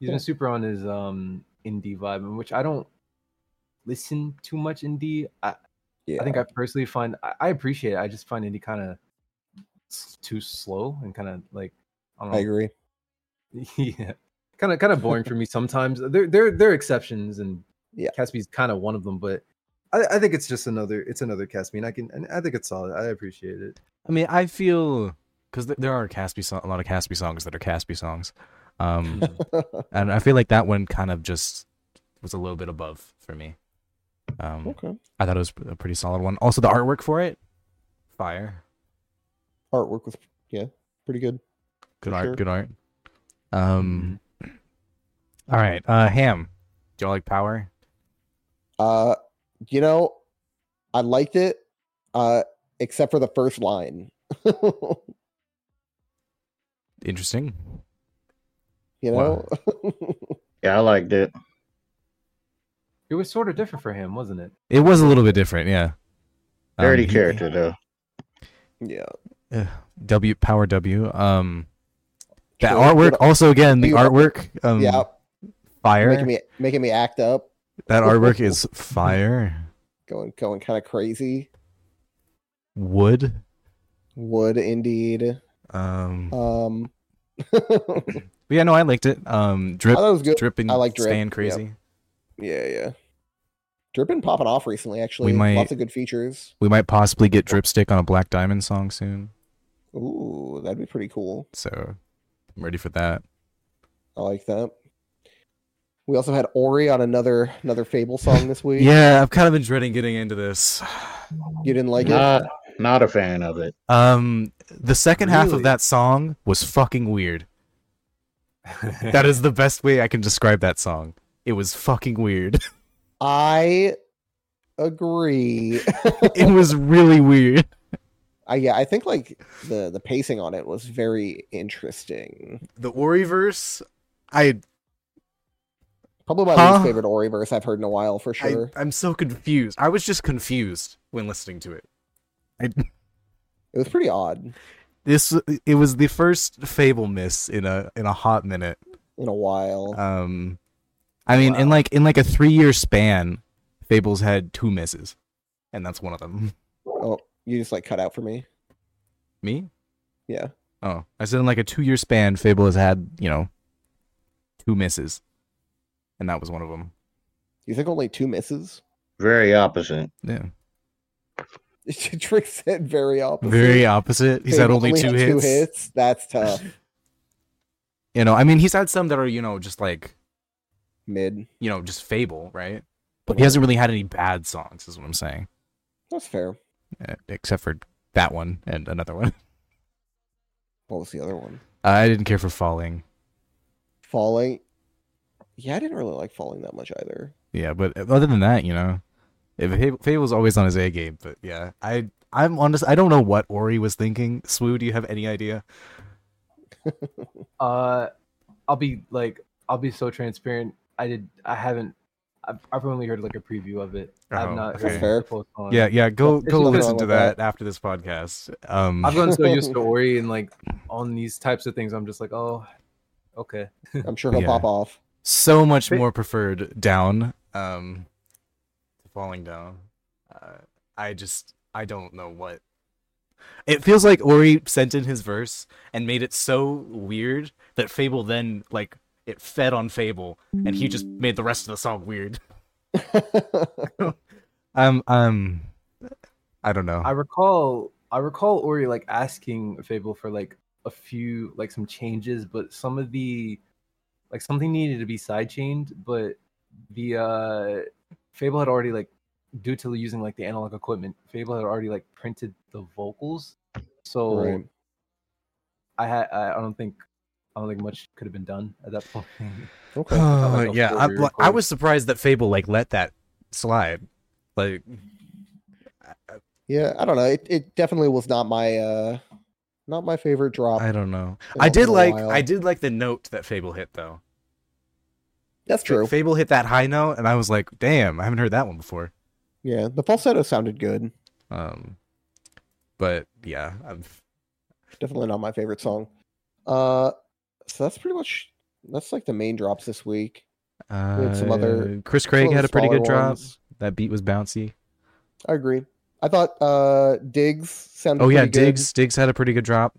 [SPEAKER 3] He's been super on his um indie vibe, in which I don't listen too much indie. I,
[SPEAKER 2] Yeah.
[SPEAKER 3] I think I personally find I, I appreciate it. I just find indie kind of too slow and kind of like I
[SPEAKER 1] Uh-huh.
[SPEAKER 3] don't know.
[SPEAKER 2] I agree.
[SPEAKER 3] yeah, kind of kind of boring for me sometimes. There there there are exceptions, and
[SPEAKER 2] Yeah.
[SPEAKER 3] Caspi's kind of one of them. But I, I think it's just another it's another Caspi, and I can and I think it's solid. I appreciate it.
[SPEAKER 1] I mean, I feel because th- there are Caspi so- a lot of Caspi songs that are Caspi songs, um, and I feel like that one kind of just was a little bit above for me. Um,
[SPEAKER 2] okay.
[SPEAKER 1] I thought it was a pretty solid one. Also, the artwork for it, fire.
[SPEAKER 2] Artwork was yeah, pretty good.
[SPEAKER 1] Good
[SPEAKER 2] For
[SPEAKER 1] art.
[SPEAKER 2] sure. Mm-hmm.
[SPEAKER 1] Good art. Um. All right. Uh, Ham. Do y'all like power?
[SPEAKER 2] Uh, you know, I liked it, uh, except for the first line. you
[SPEAKER 1] Interesting.
[SPEAKER 2] know,
[SPEAKER 1] Wow.
[SPEAKER 4] Yeah, I liked it.
[SPEAKER 3] It was sort of different for him, wasn't it?
[SPEAKER 1] It was a little bit different. Yeah. Um,
[SPEAKER 4] Dirty
[SPEAKER 1] he-
[SPEAKER 4] character though.
[SPEAKER 2] yeah.
[SPEAKER 1] uh, w power W. Um. The
[SPEAKER 2] Sure,
[SPEAKER 1] artwork.
[SPEAKER 2] good-
[SPEAKER 1] Also, again, the
[SPEAKER 2] you-
[SPEAKER 1] artwork. Um,
[SPEAKER 2] yeah,
[SPEAKER 1] Fire.
[SPEAKER 2] making me making me act up,
[SPEAKER 1] that artwork is fire.
[SPEAKER 2] going going kind of crazy.
[SPEAKER 1] Wood.
[SPEAKER 2] Would indeed.
[SPEAKER 1] Um.
[SPEAKER 2] Um, I thought it
[SPEAKER 1] but yeah. No, I liked it. Um. Drip.
[SPEAKER 2] was good.
[SPEAKER 1] Dripping.
[SPEAKER 2] I like drip,
[SPEAKER 1] Staying
[SPEAKER 2] yeah.
[SPEAKER 1] crazy.
[SPEAKER 2] Yeah, yeah. Drip been popping off recently. Actually,
[SPEAKER 1] might-
[SPEAKER 2] lots of good features.
[SPEAKER 1] We might possibly get Dripstick on a Black Diamond song soon.
[SPEAKER 2] Ooh, that'd be pretty cool.
[SPEAKER 1] So I'm ready for that.
[SPEAKER 2] I like that. We also had Ori on another another Fable song this week.
[SPEAKER 1] Yeah, I've kind of been dreading getting into this.
[SPEAKER 2] you didn't like
[SPEAKER 1] Uh,
[SPEAKER 2] it.
[SPEAKER 4] not not a fan of it.
[SPEAKER 1] Um the second half
[SPEAKER 3] Really?
[SPEAKER 1] of that song was fucking weird. That is the best way I can describe that song. It was fucking weird.
[SPEAKER 2] I agree.
[SPEAKER 1] it was really weird.
[SPEAKER 2] I yeah, I think like the the pacing on it was very interesting.
[SPEAKER 1] The Ori verse, I
[SPEAKER 2] Probably my
[SPEAKER 1] Huh?
[SPEAKER 2] least favorite Ori verse I've heard in a while for
[SPEAKER 1] I,
[SPEAKER 2] sure.
[SPEAKER 1] I'm so confused. I was just confused when listening to it.
[SPEAKER 2] It was pretty odd
[SPEAKER 1] This it was the first Fable miss in a in a hot minute.
[SPEAKER 2] in a while.
[SPEAKER 1] Um, I
[SPEAKER 2] Oh,
[SPEAKER 1] mean, in like in like a three year span, Fables had two misses, and that's one of them.
[SPEAKER 2] oh, you just like cut out for me.
[SPEAKER 1] Me?
[SPEAKER 2] Yeah.
[SPEAKER 1] Oh, I said in like a two year span, Fable has had you know two misses, and that was one of them.
[SPEAKER 2] You think only two misses?
[SPEAKER 4] Very opposite.
[SPEAKER 1] Yeah,
[SPEAKER 2] Trick said very opposite.
[SPEAKER 1] very opposite. He's had
[SPEAKER 2] Fable
[SPEAKER 1] only, two,
[SPEAKER 2] had
[SPEAKER 1] hits.
[SPEAKER 2] That's tough.
[SPEAKER 1] You know, I mean, he's had some that are you know just like
[SPEAKER 2] Mid.
[SPEAKER 1] you know just Fable, right? But he hasn't really had any bad songs, is what I'm saying,
[SPEAKER 2] That's fair.
[SPEAKER 1] Uh, except for that one and another one.
[SPEAKER 2] What was the other one?
[SPEAKER 1] I didn't care for Falling.
[SPEAKER 2] Falling. Yeah, I didn't really like falling that much either.
[SPEAKER 1] Yeah, but other than that, you know, if Fable, Fable's always on his A game, but yeah, I I'm honest. I don't know what Ori was thinking. Swoo, do you have any idea?
[SPEAKER 3] Uh, I'll be like, I'll be so transparent. I did. I haven't. I've, I've only heard like a preview of it.
[SPEAKER 1] Oh,
[SPEAKER 3] I've not
[SPEAKER 1] okay.
[SPEAKER 3] heard
[SPEAKER 2] Fair.
[SPEAKER 3] the full song.
[SPEAKER 1] Yeah, yeah. Go go
[SPEAKER 2] Well, there's nothing
[SPEAKER 1] listen
[SPEAKER 2] wrong
[SPEAKER 1] to
[SPEAKER 2] with
[SPEAKER 1] that,
[SPEAKER 2] that.
[SPEAKER 1] after this podcast. Um,
[SPEAKER 3] I've gotten so used to Ori and like on these types of things. I'm just like, oh, okay.
[SPEAKER 2] I'm sure he'll
[SPEAKER 1] Yeah.
[SPEAKER 2] pop off.
[SPEAKER 1] so much
[SPEAKER 3] Fa-
[SPEAKER 1] more preferred down, um, to falling down. Uh, I just I don't know what. It feels like Ori sent in his verse and made it so weird that Fable then like it fed on Fable and he just made the rest of the song weird. Um, um, I don't know.
[SPEAKER 3] I recall. I recall Ori like asking Fable for like a few like some changes, but some of the like something needed to be side chained, but the uh Fable had already like due to using like the analog equipment, Fable had already like printed the vocals. So
[SPEAKER 2] Right.
[SPEAKER 3] I had I I don't think I don't think much could have been done at that point.
[SPEAKER 2] Okay.
[SPEAKER 1] Uh,
[SPEAKER 3] like a
[SPEAKER 1] yeah, I,
[SPEAKER 3] four-year
[SPEAKER 1] like, I
[SPEAKER 3] chord.
[SPEAKER 1] was surprised that Fable like let that slide. Like,
[SPEAKER 2] Yeah, I don't know. It, it definitely was not my uh not my favorite drop.
[SPEAKER 1] I don't know.
[SPEAKER 2] Uh, Been
[SPEAKER 1] I
[SPEAKER 2] a
[SPEAKER 1] did
[SPEAKER 2] little
[SPEAKER 1] like
[SPEAKER 2] while.
[SPEAKER 1] I did like the note that Fable hit though.
[SPEAKER 2] That's
[SPEAKER 1] Fa-
[SPEAKER 2] true.
[SPEAKER 1] Fable hit that high note, and I was like, "Damn, I haven't heard that one before."
[SPEAKER 2] Yeah, the falsetto sounded good.
[SPEAKER 1] Um, but yeah, I'm,
[SPEAKER 2] Definitely not my favorite song. Uh, so that's pretty much that's like the main drops this week.
[SPEAKER 1] uh,
[SPEAKER 2] had some other-
[SPEAKER 1] Chris Craig
[SPEAKER 2] of the
[SPEAKER 1] had a pretty
[SPEAKER 2] smaller
[SPEAKER 1] good drop.
[SPEAKER 2] ones.
[SPEAKER 1] That beat was bouncy.
[SPEAKER 2] I agree. I thought uh Diggs sounded.
[SPEAKER 1] Oh yeah,
[SPEAKER 2] pretty good.
[SPEAKER 1] Diggs Diggs had a pretty good drop.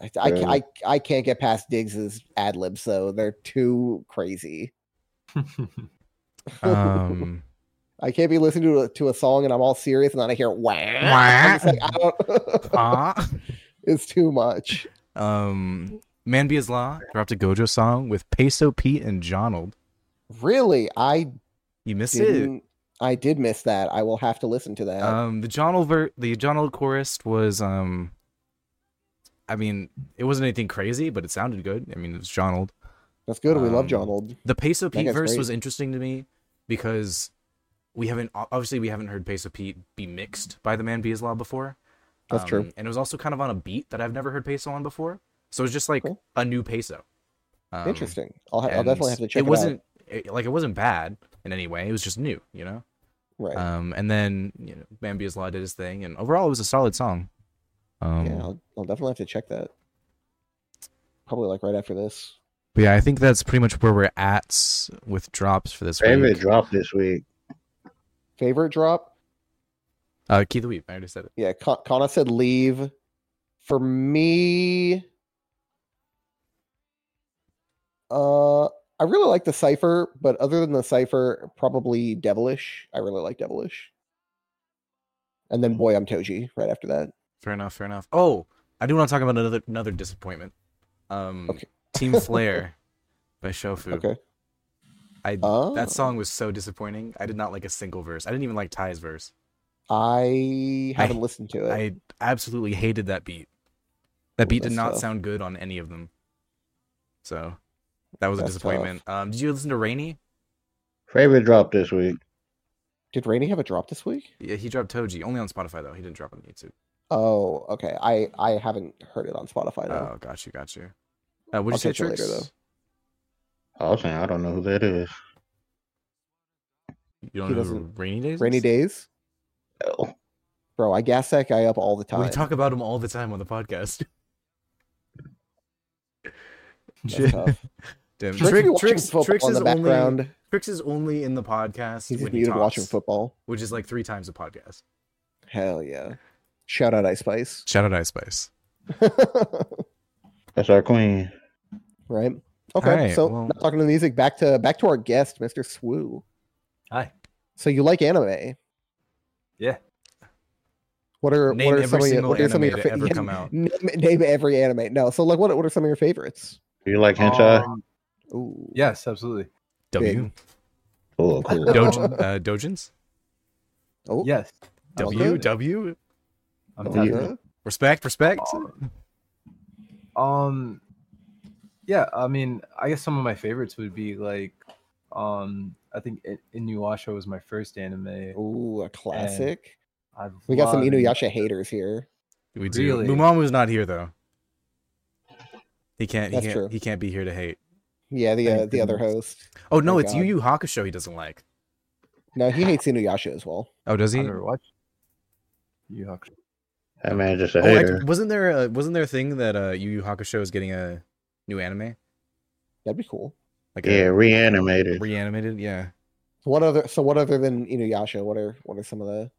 [SPEAKER 2] I, I, ca-
[SPEAKER 4] Yeah.
[SPEAKER 2] I, I can't get past Diggs's ad libs though. They're too crazy.
[SPEAKER 1] Um,
[SPEAKER 2] I can't be listening to a, to a song and I'm all serious and then I hear wah. I'm just like, I don't-
[SPEAKER 1] ah.
[SPEAKER 2] it's too much.
[SPEAKER 1] Um, Man Be His Law dropped a Gojo song with Peso Pete and Jonald.
[SPEAKER 2] Really, I
[SPEAKER 1] You missed it.
[SPEAKER 2] didn't. I did miss that. I will have to listen to that.
[SPEAKER 1] Um, the Jonald ver- the Jonald chorus was um, I mean, it wasn't anything crazy, but it sounded good. I mean, it was Jonald.
[SPEAKER 2] That's good. we love
[SPEAKER 1] um,
[SPEAKER 2] Jonald.
[SPEAKER 1] The Peso Pete
[SPEAKER 2] guy's
[SPEAKER 1] verse
[SPEAKER 2] great.
[SPEAKER 1] was interesting to me because we haven't obviously we haven't heard Peso Pete be mixed by the Man Be His Law before. Um,
[SPEAKER 2] That's true.
[SPEAKER 1] And it was also kind of on a beat that I've never heard Peso on before, so it was just like
[SPEAKER 2] Cool.
[SPEAKER 1] a new Peso. Um,
[SPEAKER 2] Interesting. I'll, ha- I'll
[SPEAKER 1] and
[SPEAKER 2] definitely have to check it,
[SPEAKER 1] It wasn't it- like it wasn't bad in any way. It was just new, you know.
[SPEAKER 2] out. Right.
[SPEAKER 1] Um, and then you know, Bambi's Law did his thing, and overall it was a solid song. Um,
[SPEAKER 2] yeah, I'll, I'll definitely have to check that. Probably like right after this.
[SPEAKER 1] but yeah, I think that's pretty much where we're at s- with drops for this
[SPEAKER 4] Favorite
[SPEAKER 1] week.
[SPEAKER 4] drop this week.
[SPEAKER 2] Favorite drop?
[SPEAKER 1] Uh, Keith the Weep, I already said it.
[SPEAKER 2] Yeah, Con- Kana said leave. For me, uh, I really like the cipher, but other than the cipher, probably devilish. I really like devilish. And then boy, I'm Toji right after that.
[SPEAKER 1] Fair enough, fair enough. Oh, I do want to talk about another another disappointment. Um,
[SPEAKER 2] Okay.
[SPEAKER 1] Team Flare by Shofu.
[SPEAKER 2] Okay.
[SPEAKER 1] I
[SPEAKER 2] Oh,
[SPEAKER 1] that song was so disappointing. I did not like a single verse. I didn't even like Ty's verse.
[SPEAKER 2] Oh, I haven't listened to it.
[SPEAKER 1] I absolutely hated that beat. That
[SPEAKER 2] Ooh,
[SPEAKER 1] beat did
[SPEAKER 2] that's
[SPEAKER 1] not
[SPEAKER 2] tough.
[SPEAKER 1] sound good on any of them. So that was
[SPEAKER 2] That's
[SPEAKER 1] a disappointment. Um, did you listen to Rainy?
[SPEAKER 4] Favorite drop this week.
[SPEAKER 2] Did Rainey have a drop this week?
[SPEAKER 1] Yeah, he dropped Toji only on Spotify though. He didn't drop on YouTube.
[SPEAKER 2] Oh, okay. I I haven't heard it on Spotify though.
[SPEAKER 1] Oh, got you, got you. Uh, would you
[SPEAKER 2] I'll
[SPEAKER 1] say
[SPEAKER 2] catch you later,
[SPEAKER 1] tricks?
[SPEAKER 4] Awesome. I don't know who that is.
[SPEAKER 1] You
[SPEAKER 2] He
[SPEAKER 1] don't know who
[SPEAKER 2] doesn't-
[SPEAKER 1] Rainy Days?
[SPEAKER 2] Rainy
[SPEAKER 1] is?
[SPEAKER 2] Days,
[SPEAKER 4] Oh,
[SPEAKER 2] bro. I gas that guy up all the time.
[SPEAKER 1] We talk about him all the time on the podcast.
[SPEAKER 2] That's tough.
[SPEAKER 1] Damn.
[SPEAKER 2] Trix, be
[SPEAKER 1] Trick,
[SPEAKER 2] watching
[SPEAKER 1] Trix,
[SPEAKER 2] football
[SPEAKER 1] Trix
[SPEAKER 2] in
[SPEAKER 1] is
[SPEAKER 2] the
[SPEAKER 1] only
[SPEAKER 2] background.
[SPEAKER 1] Trix is only in the podcast
[SPEAKER 2] He's just
[SPEAKER 1] when he
[SPEAKER 2] muted
[SPEAKER 1] talks,
[SPEAKER 2] watching football.
[SPEAKER 1] which is like three times a podcast.
[SPEAKER 2] Hell yeah! Shout out Ice Spice,
[SPEAKER 1] Shout out Ice Spice.
[SPEAKER 4] that's our queen.
[SPEAKER 2] right? Okay,
[SPEAKER 1] right,
[SPEAKER 2] so
[SPEAKER 1] well-
[SPEAKER 2] not talking to the music. Back to back to our guest, Mr. Swoo.
[SPEAKER 3] Hi.
[SPEAKER 2] So you like anime?
[SPEAKER 3] Yeah.
[SPEAKER 2] What are
[SPEAKER 1] Name
[SPEAKER 2] what are
[SPEAKER 1] every
[SPEAKER 2] some of your,
[SPEAKER 1] single
[SPEAKER 2] what are some of
[SPEAKER 1] anime
[SPEAKER 2] your
[SPEAKER 1] to ever
[SPEAKER 2] yeah,
[SPEAKER 1] come out.
[SPEAKER 2] Name, name every anime. No, so like what what are some of your favorites?
[SPEAKER 4] Do you like hentai?
[SPEAKER 3] Um,
[SPEAKER 2] Ooh.
[SPEAKER 3] yes, absolutely.
[SPEAKER 1] W
[SPEAKER 4] cool, cool.
[SPEAKER 2] Don't-
[SPEAKER 1] Dojin, uh, Dojins.
[SPEAKER 2] Oh,
[SPEAKER 3] Yes.
[SPEAKER 2] Okay.
[SPEAKER 1] W W.
[SPEAKER 3] I'm
[SPEAKER 2] okay.
[SPEAKER 3] tapped
[SPEAKER 4] you.
[SPEAKER 3] in.
[SPEAKER 1] Respect, respect.
[SPEAKER 3] Um, yeah, I mean, I guess some of my favorites would be like, um, I think In- Inuyasha was my first anime.
[SPEAKER 2] Ooh, a classic.
[SPEAKER 3] I
[SPEAKER 2] we got some
[SPEAKER 3] love-
[SPEAKER 2] Inuyasha haters here.
[SPEAKER 1] We do.
[SPEAKER 3] Really?
[SPEAKER 1] Mumamu's not here though. He can't. He
[SPEAKER 2] That's
[SPEAKER 1] can't.
[SPEAKER 2] true.
[SPEAKER 1] He can't be here to hate.
[SPEAKER 2] Yeah, the uh,
[SPEAKER 3] Thank
[SPEAKER 2] the other
[SPEAKER 3] goodness.
[SPEAKER 2] host.
[SPEAKER 1] Oh no,
[SPEAKER 2] Thank
[SPEAKER 1] it's
[SPEAKER 2] God.
[SPEAKER 1] Yu Yu Hakusho. He doesn't like.
[SPEAKER 2] No, he hates Inuyasha as well.
[SPEAKER 1] Oh, does
[SPEAKER 3] I've
[SPEAKER 1] he?
[SPEAKER 3] never watched. You Hakusho.
[SPEAKER 4] That man just a
[SPEAKER 1] Oh,
[SPEAKER 4] hater.
[SPEAKER 1] act- wasn't there? A, wasn't there a thing that uh, Yu Yu Hakusho is getting a new anime?
[SPEAKER 2] That'd be cool.
[SPEAKER 1] Like
[SPEAKER 4] yeah,
[SPEAKER 1] a
[SPEAKER 4] reanimated.
[SPEAKER 1] reanimated. Yeah.
[SPEAKER 2] What other? So what other than Inuyasha? What are what are some of the?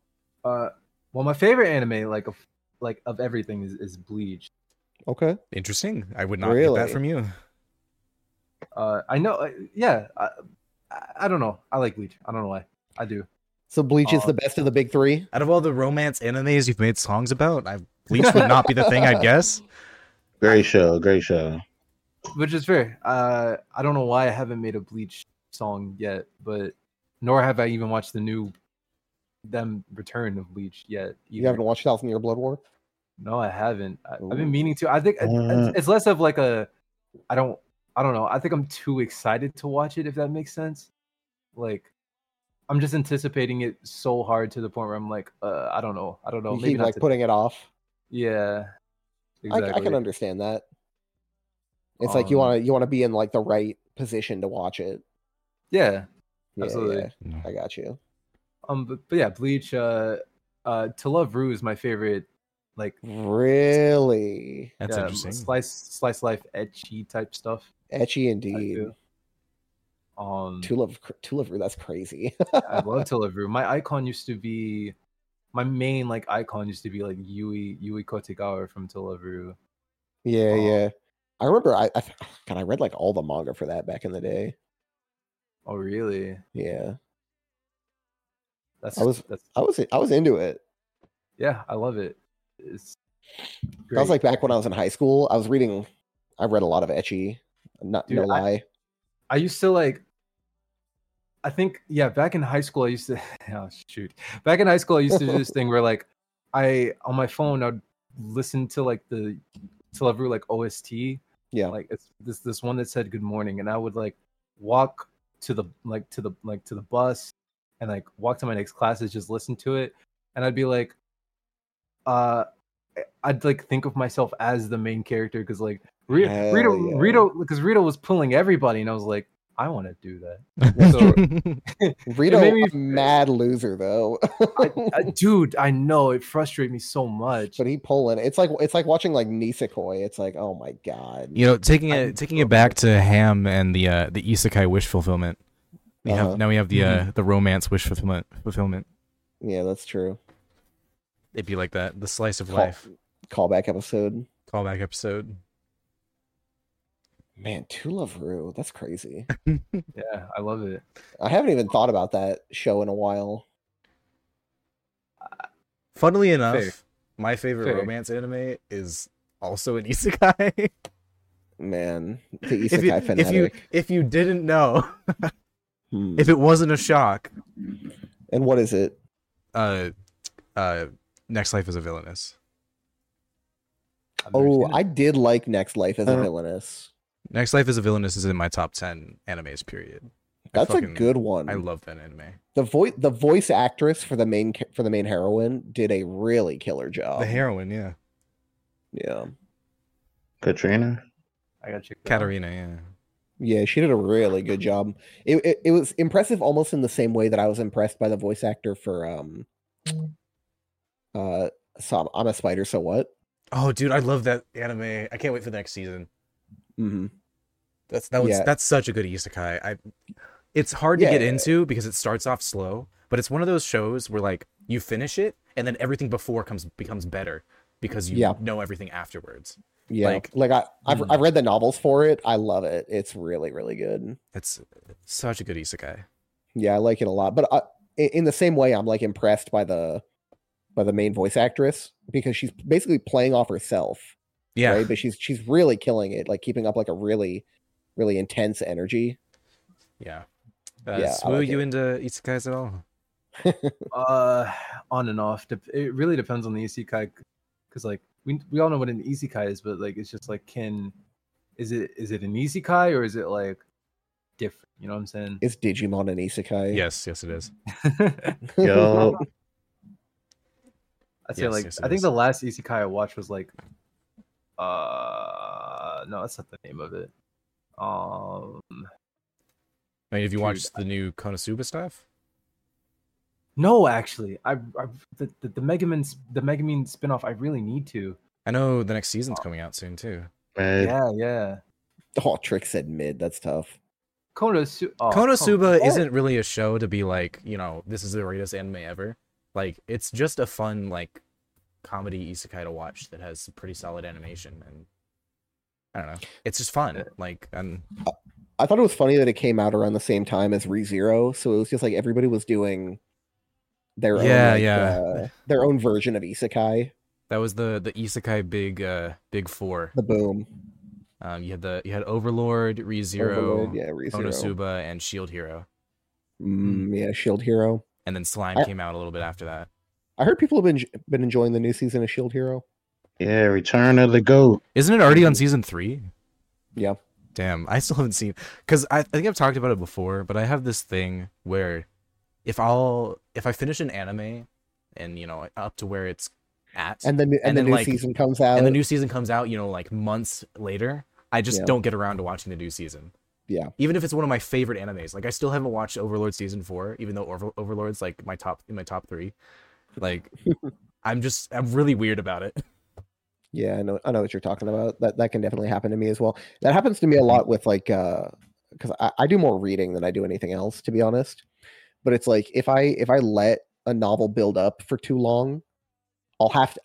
[SPEAKER 3] Uh, well, my favorite anime, like of like of everything, is, is Bleach.
[SPEAKER 2] Okay,
[SPEAKER 1] Interesting. I would not get
[SPEAKER 2] Really?
[SPEAKER 1] that from you.
[SPEAKER 3] Uh, I know. uh, Yeah, I, I, I don't know. I like Bleach. I don't know why. I do.
[SPEAKER 2] so Bleach is
[SPEAKER 3] Uh,
[SPEAKER 2] the best of the big three.
[SPEAKER 1] Out of all the romance animes you've made songs about, I, Bleach would not be the thing. I'd guess.
[SPEAKER 4] Great show, great show.
[SPEAKER 3] which is fair. Uh, I don't know why I haven't made a Bleach song yet, but nor have I even watched the new them return of Bleach yet.
[SPEAKER 2] You
[SPEAKER 3] either.
[SPEAKER 2] haven't watched Thousand Year Blood War?
[SPEAKER 3] No, I haven't. I, I've
[SPEAKER 2] Ooh.
[SPEAKER 3] been meaning to. I think it's-
[SPEAKER 4] Uh.
[SPEAKER 3] it's, it's less of like a. I don't. I don't know. I think I'm too excited to watch it. If that makes sense. Like, I'm just anticipating it so hard to the point where I'm like, uh, I don't know. I don't know.
[SPEAKER 2] you
[SPEAKER 3] Maybe
[SPEAKER 2] keep
[SPEAKER 3] not
[SPEAKER 2] like
[SPEAKER 3] to-
[SPEAKER 2] putting it off.
[SPEAKER 3] Yeah.
[SPEAKER 2] I- I, can understand that. It's like you
[SPEAKER 3] Um,
[SPEAKER 2] want to you want to be in like the right position to watch it.
[SPEAKER 3] Yeah.
[SPEAKER 2] Yeah,
[SPEAKER 3] Absolutely.
[SPEAKER 2] yeah, I got you.
[SPEAKER 3] Um, but, but yeah, Bleach. Uh, uh, To Love Rue is my favorite. Like
[SPEAKER 2] Really
[SPEAKER 1] That's
[SPEAKER 3] um,
[SPEAKER 1] interesting.
[SPEAKER 3] Slice, slice life, etchy type stuff.
[SPEAKER 2] etchy
[SPEAKER 3] I
[SPEAKER 2] indeed.
[SPEAKER 3] do. Um,
[SPEAKER 2] Two love, two love. That's crazy.
[SPEAKER 3] I love To Love Rue. My icon used to be, my main like icon used to be like Yui Yui Kotegawa from To Love Rue.
[SPEAKER 2] yeah,
[SPEAKER 3] Um,
[SPEAKER 2] yeah. I remember. I, I th- God, I read like all the manga for that back in the day.
[SPEAKER 3] Oh, really?
[SPEAKER 2] Yeah,
[SPEAKER 3] That's
[SPEAKER 2] I was-
[SPEAKER 3] that's
[SPEAKER 2] I was I was into it.
[SPEAKER 3] yeah. I love it. It's
[SPEAKER 2] That was
[SPEAKER 3] great.
[SPEAKER 2] like back when I was in high school. I was reading. I read a lot of etchy. Not no
[SPEAKER 3] Dude, I-
[SPEAKER 2] lie.
[SPEAKER 3] I used to like. I think yeah, back in high school I used to oh shoot. Back in high school I used to do this thing where like I on my phone I'd listen to like the to every like OST.
[SPEAKER 2] Yeah.
[SPEAKER 3] Like it's this this one that said good morning and I would like walk to the like to the like to the bus and like walk to my next classes just listen to it and I'd be like uh I- I'd like think of myself as the main character cuz like Rita
[SPEAKER 2] Hell
[SPEAKER 3] Rita,
[SPEAKER 2] yeah.
[SPEAKER 3] Rita because Rita was pulling everybody and I was like I want to do that. so-
[SPEAKER 2] Rito,
[SPEAKER 3] made me-
[SPEAKER 2] a mad loser though.
[SPEAKER 3] I- uh, dude, I know it frustrated me so much.
[SPEAKER 2] but he pulling. It's like it's like watching like Nisekoi. It's like oh my god.
[SPEAKER 1] you know, taking
[SPEAKER 3] I-
[SPEAKER 1] it taking it back to Ham and the uh, the isekai wish fulfillment. We
[SPEAKER 2] Uh-huh.
[SPEAKER 1] have now we have the uh, the romance wish fulfillment fulfillment.
[SPEAKER 2] Yeah, that's true.
[SPEAKER 1] It'd be like that, the slice of
[SPEAKER 2] Call-
[SPEAKER 1] life
[SPEAKER 2] Callback episode.
[SPEAKER 1] callback episode.
[SPEAKER 2] Man, two love Rue. That's crazy.
[SPEAKER 3] Yeah, I love it.
[SPEAKER 2] I haven't even thought about that show in a while.
[SPEAKER 1] Funnily enough,
[SPEAKER 3] Fair.
[SPEAKER 1] my favorite
[SPEAKER 3] Fair.
[SPEAKER 1] romance anime is also an isekai.
[SPEAKER 2] Man, the
[SPEAKER 1] if you
[SPEAKER 2] isekai
[SPEAKER 1] if you
[SPEAKER 2] fanatic.
[SPEAKER 1] if you didn't know,
[SPEAKER 2] Hmm.
[SPEAKER 1] if it wasn't a shock,
[SPEAKER 2] And what is it?
[SPEAKER 1] uh, uh, next life is a villainous.
[SPEAKER 3] I've never
[SPEAKER 2] Oh,
[SPEAKER 3] seen it.
[SPEAKER 2] I did like Next Life as a
[SPEAKER 4] Uh,
[SPEAKER 2] villainess.
[SPEAKER 1] Next life is a villainous is in my top ten animes. Period. I
[SPEAKER 2] That's a
[SPEAKER 1] fucking-
[SPEAKER 2] good one.
[SPEAKER 1] I love that anime.
[SPEAKER 2] the voice the voice actress for the main ca- for the main heroine did a really killer job.
[SPEAKER 1] the heroine, yeah,
[SPEAKER 2] yeah,
[SPEAKER 4] Katrina?
[SPEAKER 3] I gotta check. that out.
[SPEAKER 1] Katarina, yeah.
[SPEAKER 2] Yeah, she did a really good job. It, it it was impressive almost in the same way that I was impressed by the voice actor for um uh so I'm a spider, so what?
[SPEAKER 1] Oh, dude, I love that anime. I can't wait for the next season.
[SPEAKER 2] Mm-hmm.
[SPEAKER 1] That's that was
[SPEAKER 2] Yeah.
[SPEAKER 1] that's such a good isekai. I it's hard to get
[SPEAKER 2] Yeah.
[SPEAKER 1] into because it starts off slow, but it's one of those shows where like you finish it and then everything before comes becomes better because you
[SPEAKER 2] Yeah.
[SPEAKER 1] know everything afterwards.
[SPEAKER 2] Yeah. Like,
[SPEAKER 1] Like-
[SPEAKER 2] I I've
[SPEAKER 3] Mm.
[SPEAKER 2] I've read the novels for it. I love it. It's really really good.
[SPEAKER 1] It's such a good isekai.
[SPEAKER 2] Yeah, I like it a lot. But I, i- in the same way I'm like impressed by the by the main voice actress because she's basically playing off herself.
[SPEAKER 1] Yeah.
[SPEAKER 2] right? But she's she's really killing it, like keeping up like a really, really intense energy.
[SPEAKER 1] Yeah. Uh,
[SPEAKER 2] Yeah, I
[SPEAKER 1] Swoo,
[SPEAKER 2] like
[SPEAKER 1] you
[SPEAKER 2] it.
[SPEAKER 1] into isekais at all?
[SPEAKER 3] Uh, on and off. Dep- It really depends on the isekai, because like we we all know what an isekai is, but like it's just like can, is it is it an isekai or is it like different? You know what I'm saying?
[SPEAKER 2] Is Digimon an isekai?
[SPEAKER 1] Yes, yes, it is.
[SPEAKER 4] Yo,
[SPEAKER 3] I'd say
[SPEAKER 1] Yes,
[SPEAKER 3] like
[SPEAKER 1] yes, it
[SPEAKER 3] I think
[SPEAKER 1] is.
[SPEAKER 3] the last isekai I watched was like, uh, no, that's not the name of it. Um,
[SPEAKER 1] I mean, have you
[SPEAKER 3] Dude,
[SPEAKER 1] watched the new Konosuba stuff?
[SPEAKER 3] no, actually, I, I the, the the Megaman s- the Megaman spinoff. I really need to.
[SPEAKER 1] I know the next season's
[SPEAKER 2] Uh,
[SPEAKER 1] coming out soon too.
[SPEAKER 4] man.
[SPEAKER 3] Yeah, yeah.
[SPEAKER 2] Oh, Trick said mid. That's tough.
[SPEAKER 3] Konosu- oh, Kon-
[SPEAKER 1] Konosuba
[SPEAKER 2] Oh.
[SPEAKER 1] isn't really a show to be like, you know, this is the greatest anime ever. Like, it's just a fun like comedy isekai to watch that has some pretty solid animation and I don't know. It's just fun. Like, and
[SPEAKER 2] I thought it was funny that it came out around the same time as ReZero, so it was just like everybody was doing their
[SPEAKER 1] Yeah,
[SPEAKER 2] own, like,
[SPEAKER 1] yeah.
[SPEAKER 2] uh, their own version of isekai.
[SPEAKER 1] that was the the isekai big uh big four.
[SPEAKER 2] The boom,
[SPEAKER 1] Um, you had the you had Overlord, ReZero,
[SPEAKER 2] Overlord, yeah, ReZero,
[SPEAKER 1] Konosuba, and Shield Hero,
[SPEAKER 2] mm, yeah, Shield Hero.
[SPEAKER 1] and then Slime
[SPEAKER 2] I-
[SPEAKER 1] came out a little bit after that.
[SPEAKER 2] I heard people have been been enjoying the new season of Shield Hero.
[SPEAKER 4] Yeah, Return of the Goat.
[SPEAKER 1] Isn't it already on season three?
[SPEAKER 2] Yeah.
[SPEAKER 1] Damn, I still haven't seen because I, I think I've talked about it before, but I have this thing where if I'll if I finish an anime and you know up to where it's at
[SPEAKER 2] And then and,
[SPEAKER 1] And
[SPEAKER 2] the
[SPEAKER 1] then,
[SPEAKER 2] new
[SPEAKER 1] like-
[SPEAKER 2] season comes out.
[SPEAKER 1] and the new season comes out, you know, like months later, I just
[SPEAKER 2] Yeah.
[SPEAKER 1] don't get around to watching the new season.
[SPEAKER 2] Yeah.
[SPEAKER 1] Even if it's one of my favorite animes, like I still haven't watched Overlord season four, even though Over- Overlord's like my top in my top three. Like, I'm just I'm really weird about it.
[SPEAKER 2] Yeah, I know I know what you're talking about. That that can definitely happen to me as well. That happens to me a lot with like uh because I, I do more reading than I do anything else, to be honest. But it's like if I if I let a novel build up for too long, I'll have to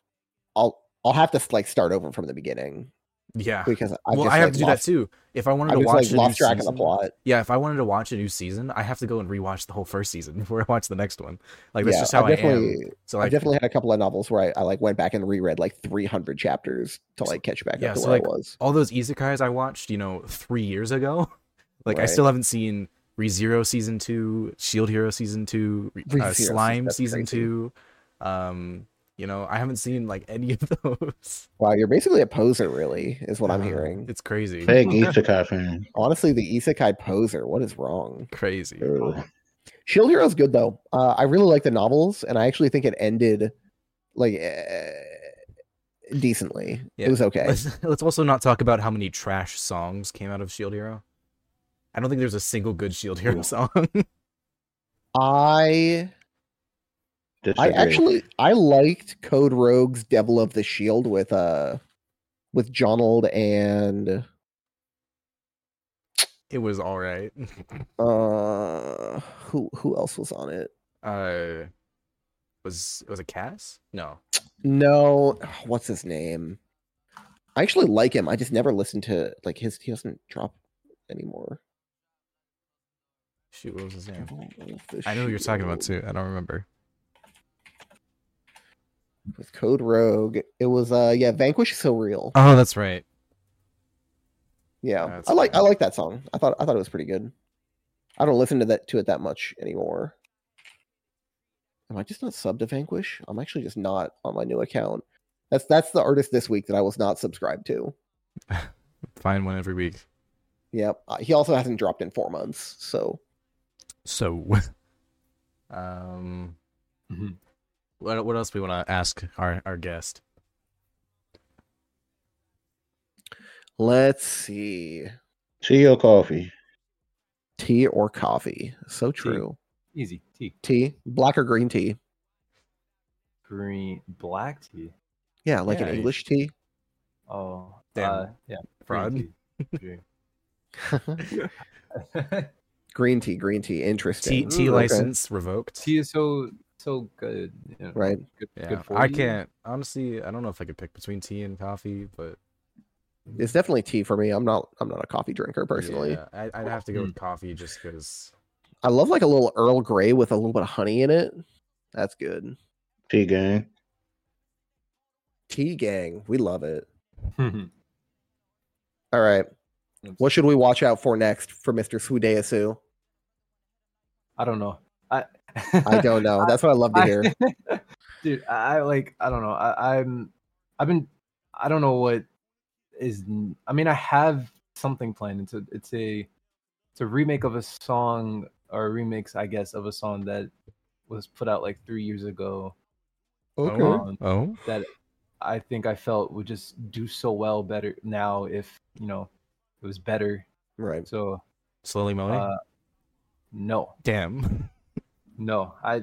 [SPEAKER 2] I'll I'll have to like start over from the beginning
[SPEAKER 1] Yeah.
[SPEAKER 2] because I
[SPEAKER 1] Ah, well,
[SPEAKER 2] just,
[SPEAKER 1] I have
[SPEAKER 2] like,
[SPEAKER 1] to do
[SPEAKER 2] lost,
[SPEAKER 1] that too. If I wanted
[SPEAKER 2] I've
[SPEAKER 1] to
[SPEAKER 2] just
[SPEAKER 1] watch
[SPEAKER 2] like
[SPEAKER 1] the new
[SPEAKER 2] lost track of
[SPEAKER 1] season-
[SPEAKER 2] the plot.
[SPEAKER 1] Yeah, if I wanted to watch a new season, I have to go and rewatch the whole first season before I watch the next one. Like that's
[SPEAKER 2] Yeah,
[SPEAKER 1] just how
[SPEAKER 2] I
[SPEAKER 1] I,
[SPEAKER 2] definitely-
[SPEAKER 1] am. So like,
[SPEAKER 2] I've definitely had a couple of novels where I, I like went back and reread like 300 chapters to like catch back
[SPEAKER 1] yeah,
[SPEAKER 2] up to
[SPEAKER 1] so,
[SPEAKER 2] where
[SPEAKER 1] like,
[SPEAKER 2] I was.
[SPEAKER 1] all those isekais I watched, you know, three years ago, like I
[SPEAKER 2] Right.
[SPEAKER 1] still haven't seen ReZero season two, Shield Hero season two, Re- uh,
[SPEAKER 2] ReZero,
[SPEAKER 1] Slime
[SPEAKER 2] that's
[SPEAKER 1] season
[SPEAKER 2] crazy.
[SPEAKER 1] two. Um, you know, I haven't seen like any of those.
[SPEAKER 2] Wow, you're basically a poser, really, is what I'm
[SPEAKER 1] Uh,
[SPEAKER 2] hearing.
[SPEAKER 1] It's crazy,
[SPEAKER 4] Big Isekai fan.
[SPEAKER 2] Honestly, the isekai poser. What is wrong?
[SPEAKER 1] crazy.
[SPEAKER 4] Ooh.
[SPEAKER 2] Shield Hero's good though. Uh, I really like the novels, and I actually think it ended like eh, decently.
[SPEAKER 1] Yeah.
[SPEAKER 2] It was okay.
[SPEAKER 1] Let's, let's also not talk about how many trash songs came out of Shield Hero. I don't think there's a single good Shield Hero song.
[SPEAKER 2] I I
[SPEAKER 4] Disagree.
[SPEAKER 2] actually I liked Code Rogue's Devil of the Shield with uh with Jonald and
[SPEAKER 1] it was all right.
[SPEAKER 2] uh who who else was on it?
[SPEAKER 1] uh was was it Cass? No.
[SPEAKER 2] No, what's his name? I actually like him. I just never listened to like his. He doesn't drop anymore.
[SPEAKER 1] Shoot, what was his name?
[SPEAKER 2] Devil of the
[SPEAKER 1] I know who you're talking
[SPEAKER 2] Shield.
[SPEAKER 1] about too. I don't remember.
[SPEAKER 2] with Code Rogue. It was uh yeah, Vanquish is so real.
[SPEAKER 1] Oh, that's right.
[SPEAKER 2] Yeah.
[SPEAKER 1] that's
[SPEAKER 2] I like I
[SPEAKER 1] cool.
[SPEAKER 2] like that song. I thought I thought it was pretty good. I don't listen to that to it that much anymore. Am I just not subbed to Vanquish? I'm actually just not on my new account. That's that's the artist this week that I was not subscribed to.
[SPEAKER 1] Find one every week.
[SPEAKER 2] Yep. Uh, He also hasn't dropped in four months, so
[SPEAKER 1] So um
[SPEAKER 3] Mhm.
[SPEAKER 1] what what else we want to ask our our guest?
[SPEAKER 2] let's see.
[SPEAKER 4] Tea or coffee?
[SPEAKER 2] Tea or coffee? So true.
[SPEAKER 3] Oh, Easy. Tea.
[SPEAKER 2] Tea, black or green tea?
[SPEAKER 3] Green. Black tea.
[SPEAKER 2] Yeah, like
[SPEAKER 1] Yeah,
[SPEAKER 2] an
[SPEAKER 1] you-
[SPEAKER 2] English tea.
[SPEAKER 3] Oh.
[SPEAKER 1] Damn.
[SPEAKER 3] Uh, yeah.
[SPEAKER 1] Fraud.
[SPEAKER 3] green tea. Green.
[SPEAKER 2] green tea, green tea.
[SPEAKER 1] T
[SPEAKER 2] Interesting. Mm,
[SPEAKER 1] T
[SPEAKER 2] Okay.
[SPEAKER 1] license revoked.
[SPEAKER 3] tea is so so good. You know,
[SPEAKER 2] Right.
[SPEAKER 3] Good,
[SPEAKER 1] yeah.
[SPEAKER 3] good for
[SPEAKER 1] I
[SPEAKER 3] you.
[SPEAKER 1] can't honestly. I don't know if I could pick between tea and coffee, but
[SPEAKER 2] It's definitely tea for me. I'm not. I'm not a coffee drinker personally.
[SPEAKER 1] yeah, I, I'd have to go with coffee just because.
[SPEAKER 2] I love like a little Earl Grey with a little bit of honey in it. That's good.
[SPEAKER 4] Tea gang.
[SPEAKER 2] Tea gang, we love it.
[SPEAKER 3] Let's
[SPEAKER 2] All right, what should we watch out for next for Mister Sudeyasu?
[SPEAKER 3] I don't know. I
[SPEAKER 2] I don't know. That's what I love to hear.
[SPEAKER 3] I- dude, I I, like I don't know. I, I'm I've been I don't know what is n- I mean I have something planned. It's a it's a it's a remake of a song or a remix, I guess, of a song that was put out like three years ago
[SPEAKER 1] Okay.
[SPEAKER 3] Um,
[SPEAKER 1] Oh,
[SPEAKER 3] that I think I felt would just do so well better now if you know it was better.
[SPEAKER 2] Right.
[SPEAKER 3] So
[SPEAKER 1] slowly moaning.
[SPEAKER 3] uh, no,
[SPEAKER 1] Damn.
[SPEAKER 3] no, I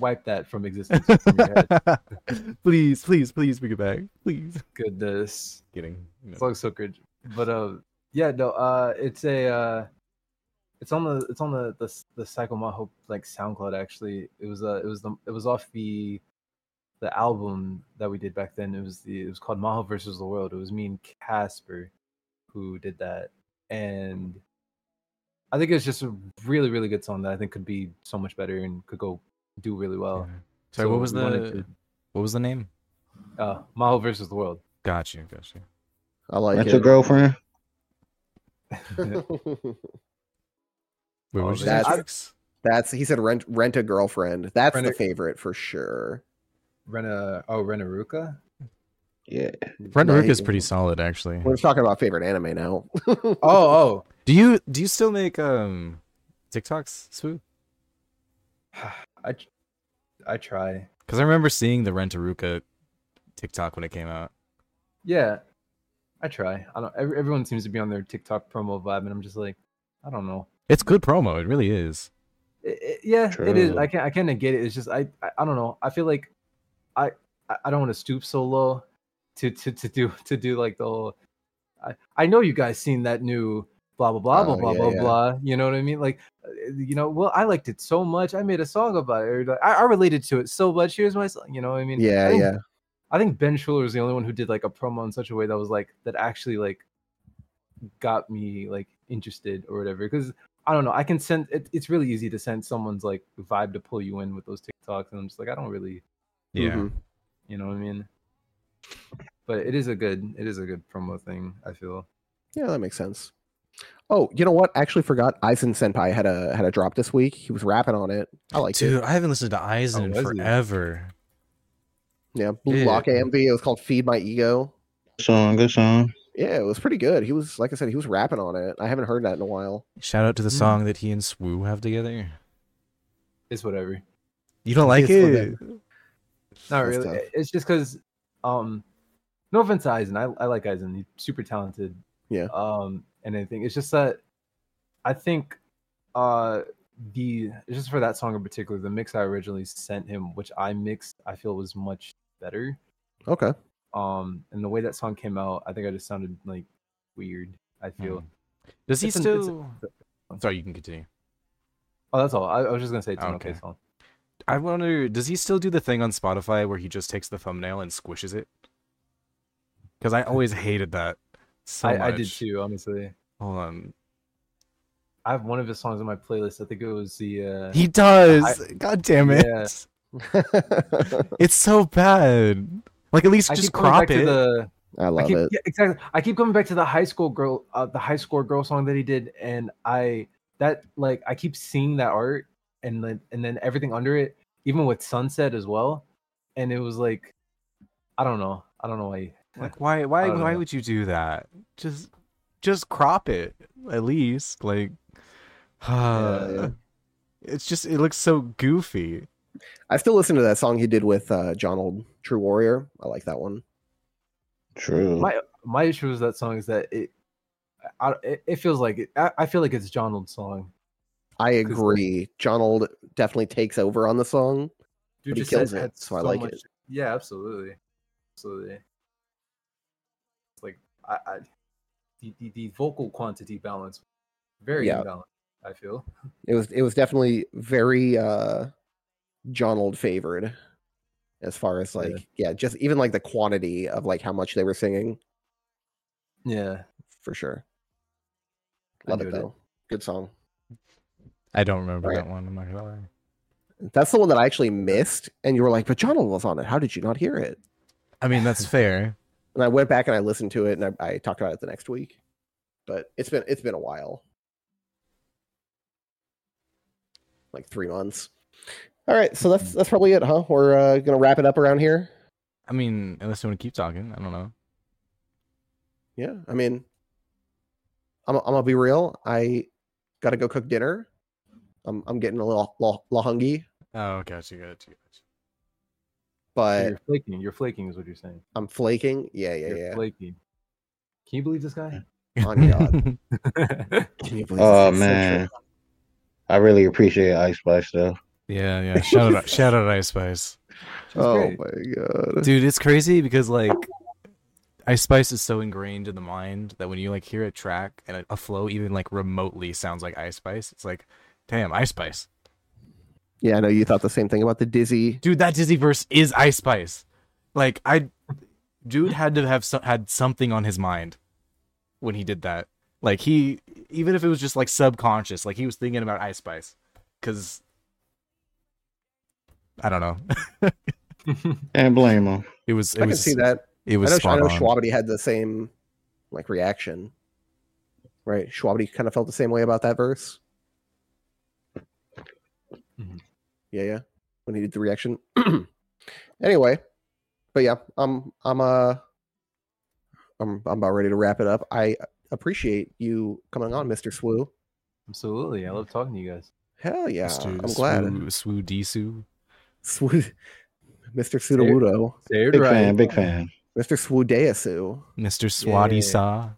[SPEAKER 3] wipe that from existence from your head.
[SPEAKER 1] please, please, please bring it back. Please.
[SPEAKER 3] Goodness.
[SPEAKER 1] Kidding. No.
[SPEAKER 3] Slug so cringe. But uh yeah, no, uh it's a uh it's on the it's on the the, the Psycho Maho like SoundCloud actually. It was uh it was the it was off the the album that we did back then. It was the it was called Maho versus the World. It was me and Casper who did that. And I think it's just a really, really good song that I think could be so much better and could go do really well.
[SPEAKER 1] Yeah. Sorry, what was
[SPEAKER 3] we
[SPEAKER 1] the
[SPEAKER 3] wanted
[SPEAKER 1] what was the name?
[SPEAKER 3] to- uh Maho versus the World?
[SPEAKER 1] Got you, got you.
[SPEAKER 2] I like
[SPEAKER 4] That's
[SPEAKER 2] it.
[SPEAKER 4] your girlfriend.
[SPEAKER 1] Wait,
[SPEAKER 3] Oh,
[SPEAKER 1] what you say?
[SPEAKER 2] that's-
[SPEAKER 1] Alex?
[SPEAKER 2] That's he said rent rent a girlfriend. That's
[SPEAKER 3] Rent
[SPEAKER 2] the
[SPEAKER 3] a-
[SPEAKER 2] favorite for sure.
[SPEAKER 3] Rena oh Renaruka?
[SPEAKER 4] Yeah.
[SPEAKER 2] No,
[SPEAKER 1] Renderook
[SPEAKER 2] he-
[SPEAKER 1] is pretty solid, actually.
[SPEAKER 2] We're talking about favorite anime now.
[SPEAKER 3] Oh, oh.
[SPEAKER 1] Do you do you still make um TikToks, Swoo?
[SPEAKER 3] I tr- I try.
[SPEAKER 1] Because I remember seeing the Rentaruka TikTok when it came out.
[SPEAKER 3] Yeah. I try. I don't every, everyone seems to be on their TikTok promo vibe and I'm just like, I don't know.
[SPEAKER 1] It's good promo. It really is.
[SPEAKER 3] It, it- yeah, it is.
[SPEAKER 4] True.
[SPEAKER 3] I can't I can't negate it. It's just I I, I don't know. I feel like I I I don't want to stoop so low to to to do to do like the whole I I know you guys seen that new blah blah blah blah
[SPEAKER 2] Oh,
[SPEAKER 3] blah
[SPEAKER 2] yeah,
[SPEAKER 3] blah
[SPEAKER 2] yeah.
[SPEAKER 3] blah. You know what I mean? Like uh, you know, well, I liked it so much. I made a song about it. Or, like, I, I related to it so much. Here's my song. You know what I mean?
[SPEAKER 2] yeah,
[SPEAKER 3] I think
[SPEAKER 2] yeah.
[SPEAKER 3] I think Ben Schuler is the only one who did like a promo in such a way that was like that actually like got me like interested or whatever. Because I don't know, I can sense it, it's really easy to sense someone's like vibe to pull you in with those TikToks, and I'm just like, I don't really,
[SPEAKER 1] Yeah.
[SPEAKER 2] Mhm.
[SPEAKER 3] Mm-hmm. you know what I mean. But it is a good, it is a good promo thing. I feel.
[SPEAKER 2] Yeah, that makes sense. Oh, you know what? I actually forgot Aizen Senpai had a had a drop this week. He was rapping on it. I like it.
[SPEAKER 1] Dude, I haven't listened to Eisen
[SPEAKER 3] Oh, was
[SPEAKER 1] in
[SPEAKER 3] it?
[SPEAKER 1] forever.
[SPEAKER 2] Yeah, Blue
[SPEAKER 1] Yeah.
[SPEAKER 2] Lock AMV. It was called Feed My Ego.
[SPEAKER 4] Good song. Good song.
[SPEAKER 2] Yeah, it was pretty good. He was like I said, he was rapping on it. I haven't heard that in a while.
[SPEAKER 1] Shout out to the
[SPEAKER 3] Mm.
[SPEAKER 1] song that he and Swoo have together.
[SPEAKER 3] It's whatever.
[SPEAKER 1] You don't like
[SPEAKER 2] Yes, for
[SPEAKER 1] it?
[SPEAKER 3] Not
[SPEAKER 2] That's
[SPEAKER 3] really.
[SPEAKER 2] tough.
[SPEAKER 3] It's just because, um, no offense to Eisen, I, I like Eisen. He's super talented.
[SPEAKER 2] Yeah.
[SPEAKER 3] Um, and anything. It's just that I think, uh, the just for that song in particular, the mix I originally sent him, which I mixed, I feel was much better.
[SPEAKER 2] Okay.
[SPEAKER 3] Um, and the way that song came out, I think I just sounded like weird. I feel.
[SPEAKER 1] Hmm. Does he
[SPEAKER 3] Hmm. It's an- it's a-
[SPEAKER 1] still? Sorry, you can continue.
[SPEAKER 3] Oh, that's all. I, I was just gonna say it's an okay,
[SPEAKER 1] Okay.
[SPEAKER 3] song.
[SPEAKER 1] I wonder, does he still do the thing on Spotify where he just takes the thumbnail and squishes it? Because I always hated that so
[SPEAKER 3] I, I
[SPEAKER 1] much.
[SPEAKER 3] did too, honestly.
[SPEAKER 1] Hold on.
[SPEAKER 3] I have one of his songs in my playlist. I think it was the. Uh,
[SPEAKER 1] He does. God damn it.
[SPEAKER 3] Yeah.
[SPEAKER 1] It's so bad. Like at least
[SPEAKER 3] I
[SPEAKER 1] just
[SPEAKER 3] keep coming back
[SPEAKER 1] crop it.
[SPEAKER 3] to the.
[SPEAKER 2] I
[SPEAKER 3] I
[SPEAKER 2] love
[SPEAKER 3] keep,
[SPEAKER 2] it.
[SPEAKER 3] Yeah, exactly. I keep coming back to the high school girl, uh, the high score girl song that he did, and I that like I keep seeing that art, and then and then everything under it, even with sunset as well, and it was like, I don't know, I don't know why.
[SPEAKER 1] Like why why
[SPEAKER 3] I don't
[SPEAKER 1] why
[SPEAKER 3] know.
[SPEAKER 1] would you do that? Just just crop it at least. Like
[SPEAKER 3] Yeah,
[SPEAKER 1] it's just it looks so goofy.
[SPEAKER 2] I still listen to that song he did with uh, John Old True Warrior. I like that one.
[SPEAKER 4] True.
[SPEAKER 3] My my issue with that song is that it I, it, it feels like it, I, I feel like it's Johnald's song.
[SPEAKER 2] I
[SPEAKER 3] 'Cause-
[SPEAKER 2] agree. Jonold definitely takes over on the song.
[SPEAKER 3] Dude
[SPEAKER 2] But he
[SPEAKER 3] just
[SPEAKER 2] kills
[SPEAKER 3] had-
[SPEAKER 2] it,
[SPEAKER 3] had
[SPEAKER 2] so I like it.
[SPEAKER 3] Yeah, absolutely, absolutely. It's like I, I the, the the vocal quantity balance, very
[SPEAKER 2] Yeah.
[SPEAKER 3] imbalanced. I feel.
[SPEAKER 2] It was it was definitely very uh Jonold favored as far as
[SPEAKER 3] Yeah.
[SPEAKER 2] like yeah. just even like the quantity of like how much they were singing
[SPEAKER 3] Yeah,
[SPEAKER 2] for sure.
[SPEAKER 3] I
[SPEAKER 2] Love it
[SPEAKER 3] enjoyed it.
[SPEAKER 2] though. Good song.
[SPEAKER 1] I don't remember
[SPEAKER 2] Right.
[SPEAKER 1] that one. I'm not gonna lie.
[SPEAKER 2] That's the one that I actually missed and you were like, but Jonold was on it. How did you not hear it?
[SPEAKER 1] I mean, that's fair.
[SPEAKER 2] And I went back and I listened to it and I, I talked about it the next week. But it's been it's been a while. Like three months. All right, so
[SPEAKER 3] Hmm.
[SPEAKER 2] that's that's probably it, huh? We're uh, gonna wrap it up around here.
[SPEAKER 1] I mean, unless you want to keep talking, I don't know.
[SPEAKER 2] Yeah, I mean, I'm I'm gonna be real. I gotta go cook dinner. I'm I'm getting a little little, little hungry,
[SPEAKER 1] Oh, gotcha, gotcha, gotcha.
[SPEAKER 3] So
[SPEAKER 2] but
[SPEAKER 3] you're flaking. You're flaking is what you're saying.
[SPEAKER 2] I'm flaking. Yeah, yeah,
[SPEAKER 3] you're
[SPEAKER 2] yeah.
[SPEAKER 3] flaking. Can you believe this guy?
[SPEAKER 2] On God. Can you believe this
[SPEAKER 4] Oh,
[SPEAKER 2] is
[SPEAKER 4] man.
[SPEAKER 2] essential?
[SPEAKER 4] I really appreciate Ice Spice though.
[SPEAKER 1] yeah, yeah. Shout out, shout out, Ice Spice,
[SPEAKER 3] She's
[SPEAKER 2] Oh
[SPEAKER 3] great.
[SPEAKER 2] my god.
[SPEAKER 1] dude. It's crazy because like, Ice Spice is so ingrained in the mind that when you like hear a track and a, a flow even like remotely sounds like Ice Spice, it's like, damn, Ice Spice,
[SPEAKER 2] Yeah, I know you thought the same thing about the dizzy.
[SPEAKER 1] dude. That Disney verse is Ice Spice. Like, I, dude, had to have so- had something on his mind when he did that. Like he, even if it was just like subconscious, like he was thinking about Ice Spice, because. I don't know.
[SPEAKER 4] Can't blame him.
[SPEAKER 1] It was. It
[SPEAKER 2] I
[SPEAKER 1] was,
[SPEAKER 2] can see that.
[SPEAKER 1] It
[SPEAKER 2] I
[SPEAKER 1] was.
[SPEAKER 2] know, I
[SPEAKER 1] spot
[SPEAKER 2] know
[SPEAKER 1] on.
[SPEAKER 2] Schwabity had the same like reaction. Right, Schwabity kind of felt the same way about that verse.
[SPEAKER 3] Mhm.
[SPEAKER 2] Yeah, yeah. When he did the reaction. anyway, but yeah, I'm I'm uh I'm I'm about ready to wrap it up. I appreciate you coming on, Mr. Swoo.
[SPEAKER 3] Absolutely, I love talking to you guys.
[SPEAKER 2] Hell yeah.
[SPEAKER 1] Let's do
[SPEAKER 2] I'm
[SPEAKER 1] this.
[SPEAKER 2] glad.
[SPEAKER 1] Swoo, swoo Disu.
[SPEAKER 2] Swoo Mr. Sudowoodo.
[SPEAKER 3] Say it
[SPEAKER 4] Big
[SPEAKER 3] right.
[SPEAKER 4] fan, big fan.
[SPEAKER 2] Mr. Swoodeasu.
[SPEAKER 1] Mr. Swadi Sa.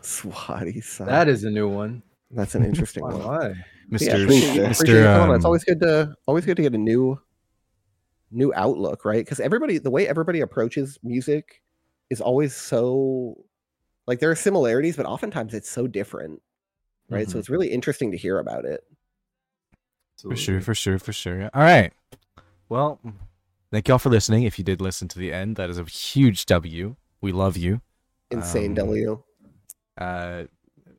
[SPEAKER 2] Swati son.
[SPEAKER 3] That is a new one.
[SPEAKER 2] that's an interesting
[SPEAKER 3] Why?
[SPEAKER 2] one.
[SPEAKER 3] why?
[SPEAKER 1] Mr.
[SPEAKER 2] Yeah,
[SPEAKER 4] appreciate-
[SPEAKER 1] Sh-
[SPEAKER 2] appreciate you
[SPEAKER 1] Mr.
[SPEAKER 2] coming on.
[SPEAKER 1] Um,
[SPEAKER 2] it's always good to always good to get a new new outlook, right? Because everybody the way everybody approaches music is always so like there are similarities, but oftentimes it's so different. Right. So
[SPEAKER 1] Mm-hmm.
[SPEAKER 3] Mhm.
[SPEAKER 2] it's really interesting to hear about it.
[SPEAKER 1] for
[SPEAKER 3] Absolutely.
[SPEAKER 1] sure, for sure, for sure. All right. Well, thank y'all for listening. If you did listen to the end, that is a huge W. We love you.
[SPEAKER 2] Insane
[SPEAKER 1] Um,
[SPEAKER 2] W.
[SPEAKER 1] Uh,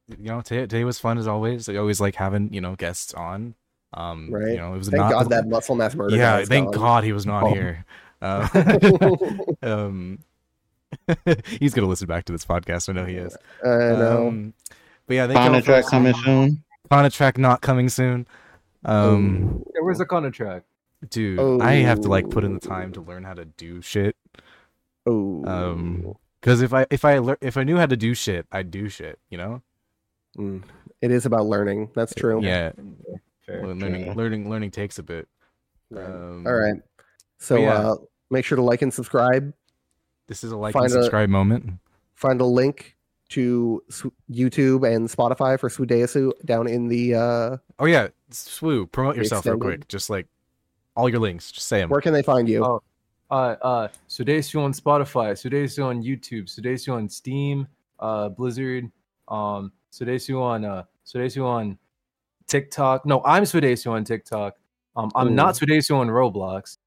[SPEAKER 1] you know, today, today was fun as always. I always like having you know guests on. Um,
[SPEAKER 2] Right.
[SPEAKER 1] You know, it was
[SPEAKER 2] Thank
[SPEAKER 1] not
[SPEAKER 2] God that muscle mass murder. guy
[SPEAKER 1] yeah,
[SPEAKER 2] is
[SPEAKER 1] thank
[SPEAKER 2] gone.
[SPEAKER 1] God he was not
[SPEAKER 2] Oh.
[SPEAKER 1] here. Uh, um, he's gonna listen back to this podcast. I know he is.
[SPEAKER 2] I know.
[SPEAKER 1] Um, but yeah, thank y'all
[SPEAKER 4] Find a
[SPEAKER 1] for
[SPEAKER 4] track
[SPEAKER 1] listening.
[SPEAKER 4] coming soon.
[SPEAKER 1] Fauna track not coming soon. Um,
[SPEAKER 2] Ooh.
[SPEAKER 3] There was a contract.
[SPEAKER 1] dude, I have to like put in the
[SPEAKER 2] Oh.
[SPEAKER 1] time to learn how to do shit.
[SPEAKER 2] Ooh.
[SPEAKER 1] Um, because if I if I lear- if I knew how to do shit, I'd do shit. You know?
[SPEAKER 2] Mm. it is about learning. That's true.
[SPEAKER 1] Yeah.
[SPEAKER 3] Fair.
[SPEAKER 1] Learning, learning,
[SPEAKER 4] True.
[SPEAKER 1] learning, takes a bit.
[SPEAKER 2] Right.
[SPEAKER 1] Um,
[SPEAKER 2] All right. So
[SPEAKER 1] yeah.
[SPEAKER 2] uh, make sure to like and subscribe.
[SPEAKER 1] This is a like
[SPEAKER 2] Find
[SPEAKER 1] and
[SPEAKER 2] a-
[SPEAKER 1] subscribe moment.
[SPEAKER 2] find a link to Su- YouTube and Spotify for Sudeasu down in the. Uh,
[SPEAKER 1] Oh yeah, swoo, promote yourself real
[SPEAKER 2] extended.
[SPEAKER 1] quick. Just like all your links, just say them.
[SPEAKER 2] where can they find you?
[SPEAKER 3] Oh. Uh, uh, Sudesu on Spotify, Sudesu on YouTube, Sudesu on Steam, uh, Blizzard, um, Sudesu on uh, Sudesu on TikTok. No, I'm Sudesu on TikTok. Um, I'm not Sudesu on Roblox.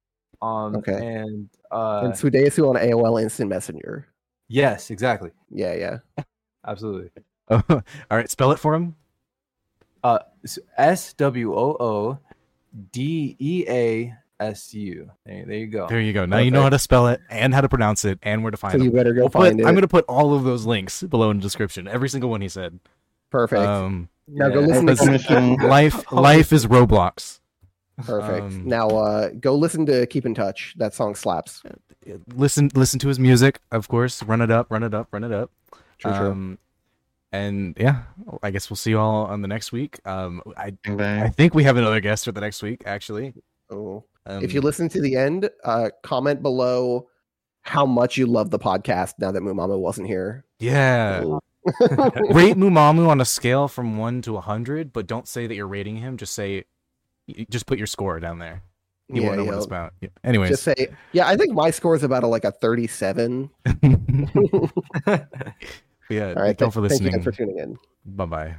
[SPEAKER 3] Um,
[SPEAKER 2] Okay.
[SPEAKER 3] And uh,
[SPEAKER 2] and Sudeasu on AOL Instant Messenger.
[SPEAKER 3] yes, exactly,
[SPEAKER 2] Yeah, yeah.
[SPEAKER 3] absolutely.
[SPEAKER 1] all right, spell it for him.
[SPEAKER 3] S W O O D E A S U. There there you go.
[SPEAKER 1] There you go. Now you know how to spell it and how to pronounce it and where to find
[SPEAKER 2] So you
[SPEAKER 1] them.
[SPEAKER 2] better go
[SPEAKER 1] We'll put-
[SPEAKER 2] find it.
[SPEAKER 1] I'm gonna put all of those links below in the description. Every single one he said.
[SPEAKER 2] Perfect.
[SPEAKER 1] Um,
[SPEAKER 2] now go
[SPEAKER 3] Yeah.
[SPEAKER 2] listen to
[SPEAKER 1] Listen-
[SPEAKER 4] Coming soon.
[SPEAKER 1] life, life is Roblox.
[SPEAKER 2] perfect.
[SPEAKER 1] um,
[SPEAKER 2] now uh, go listen to Keep in Touch. That song slaps.
[SPEAKER 1] Listen, listen to his music, of course. Run it up, run it up, run it up.
[SPEAKER 2] True, true.
[SPEAKER 1] Um, and yeah, I guess we'll see you all on the next week. Um, I
[SPEAKER 4] Bang,
[SPEAKER 1] I
[SPEAKER 4] bang.
[SPEAKER 1] think we have another guest for the next week, actually.
[SPEAKER 2] Oh.
[SPEAKER 1] Um,
[SPEAKER 2] if you listen to the end, uh, comment below how much you love the podcast now that Mumama wasn't here.
[SPEAKER 1] yeah, Rate Mumamu on a scale from one to hundred, but don't say that you're rating him. Just say, y- just put your score down there. You
[SPEAKER 2] yeah,
[SPEAKER 1] won't know what
[SPEAKER 2] yeah.
[SPEAKER 1] it's about. Yeah. Anyways,
[SPEAKER 2] Just say, yeah, I think my score is about a, like a 37.
[SPEAKER 1] yeah.
[SPEAKER 2] All right.
[SPEAKER 1] thank y'all
[SPEAKER 2] thank-
[SPEAKER 1] for
[SPEAKER 2] Thank you
[SPEAKER 1] listening.
[SPEAKER 2] guys for tuning in.
[SPEAKER 1] Bye bye.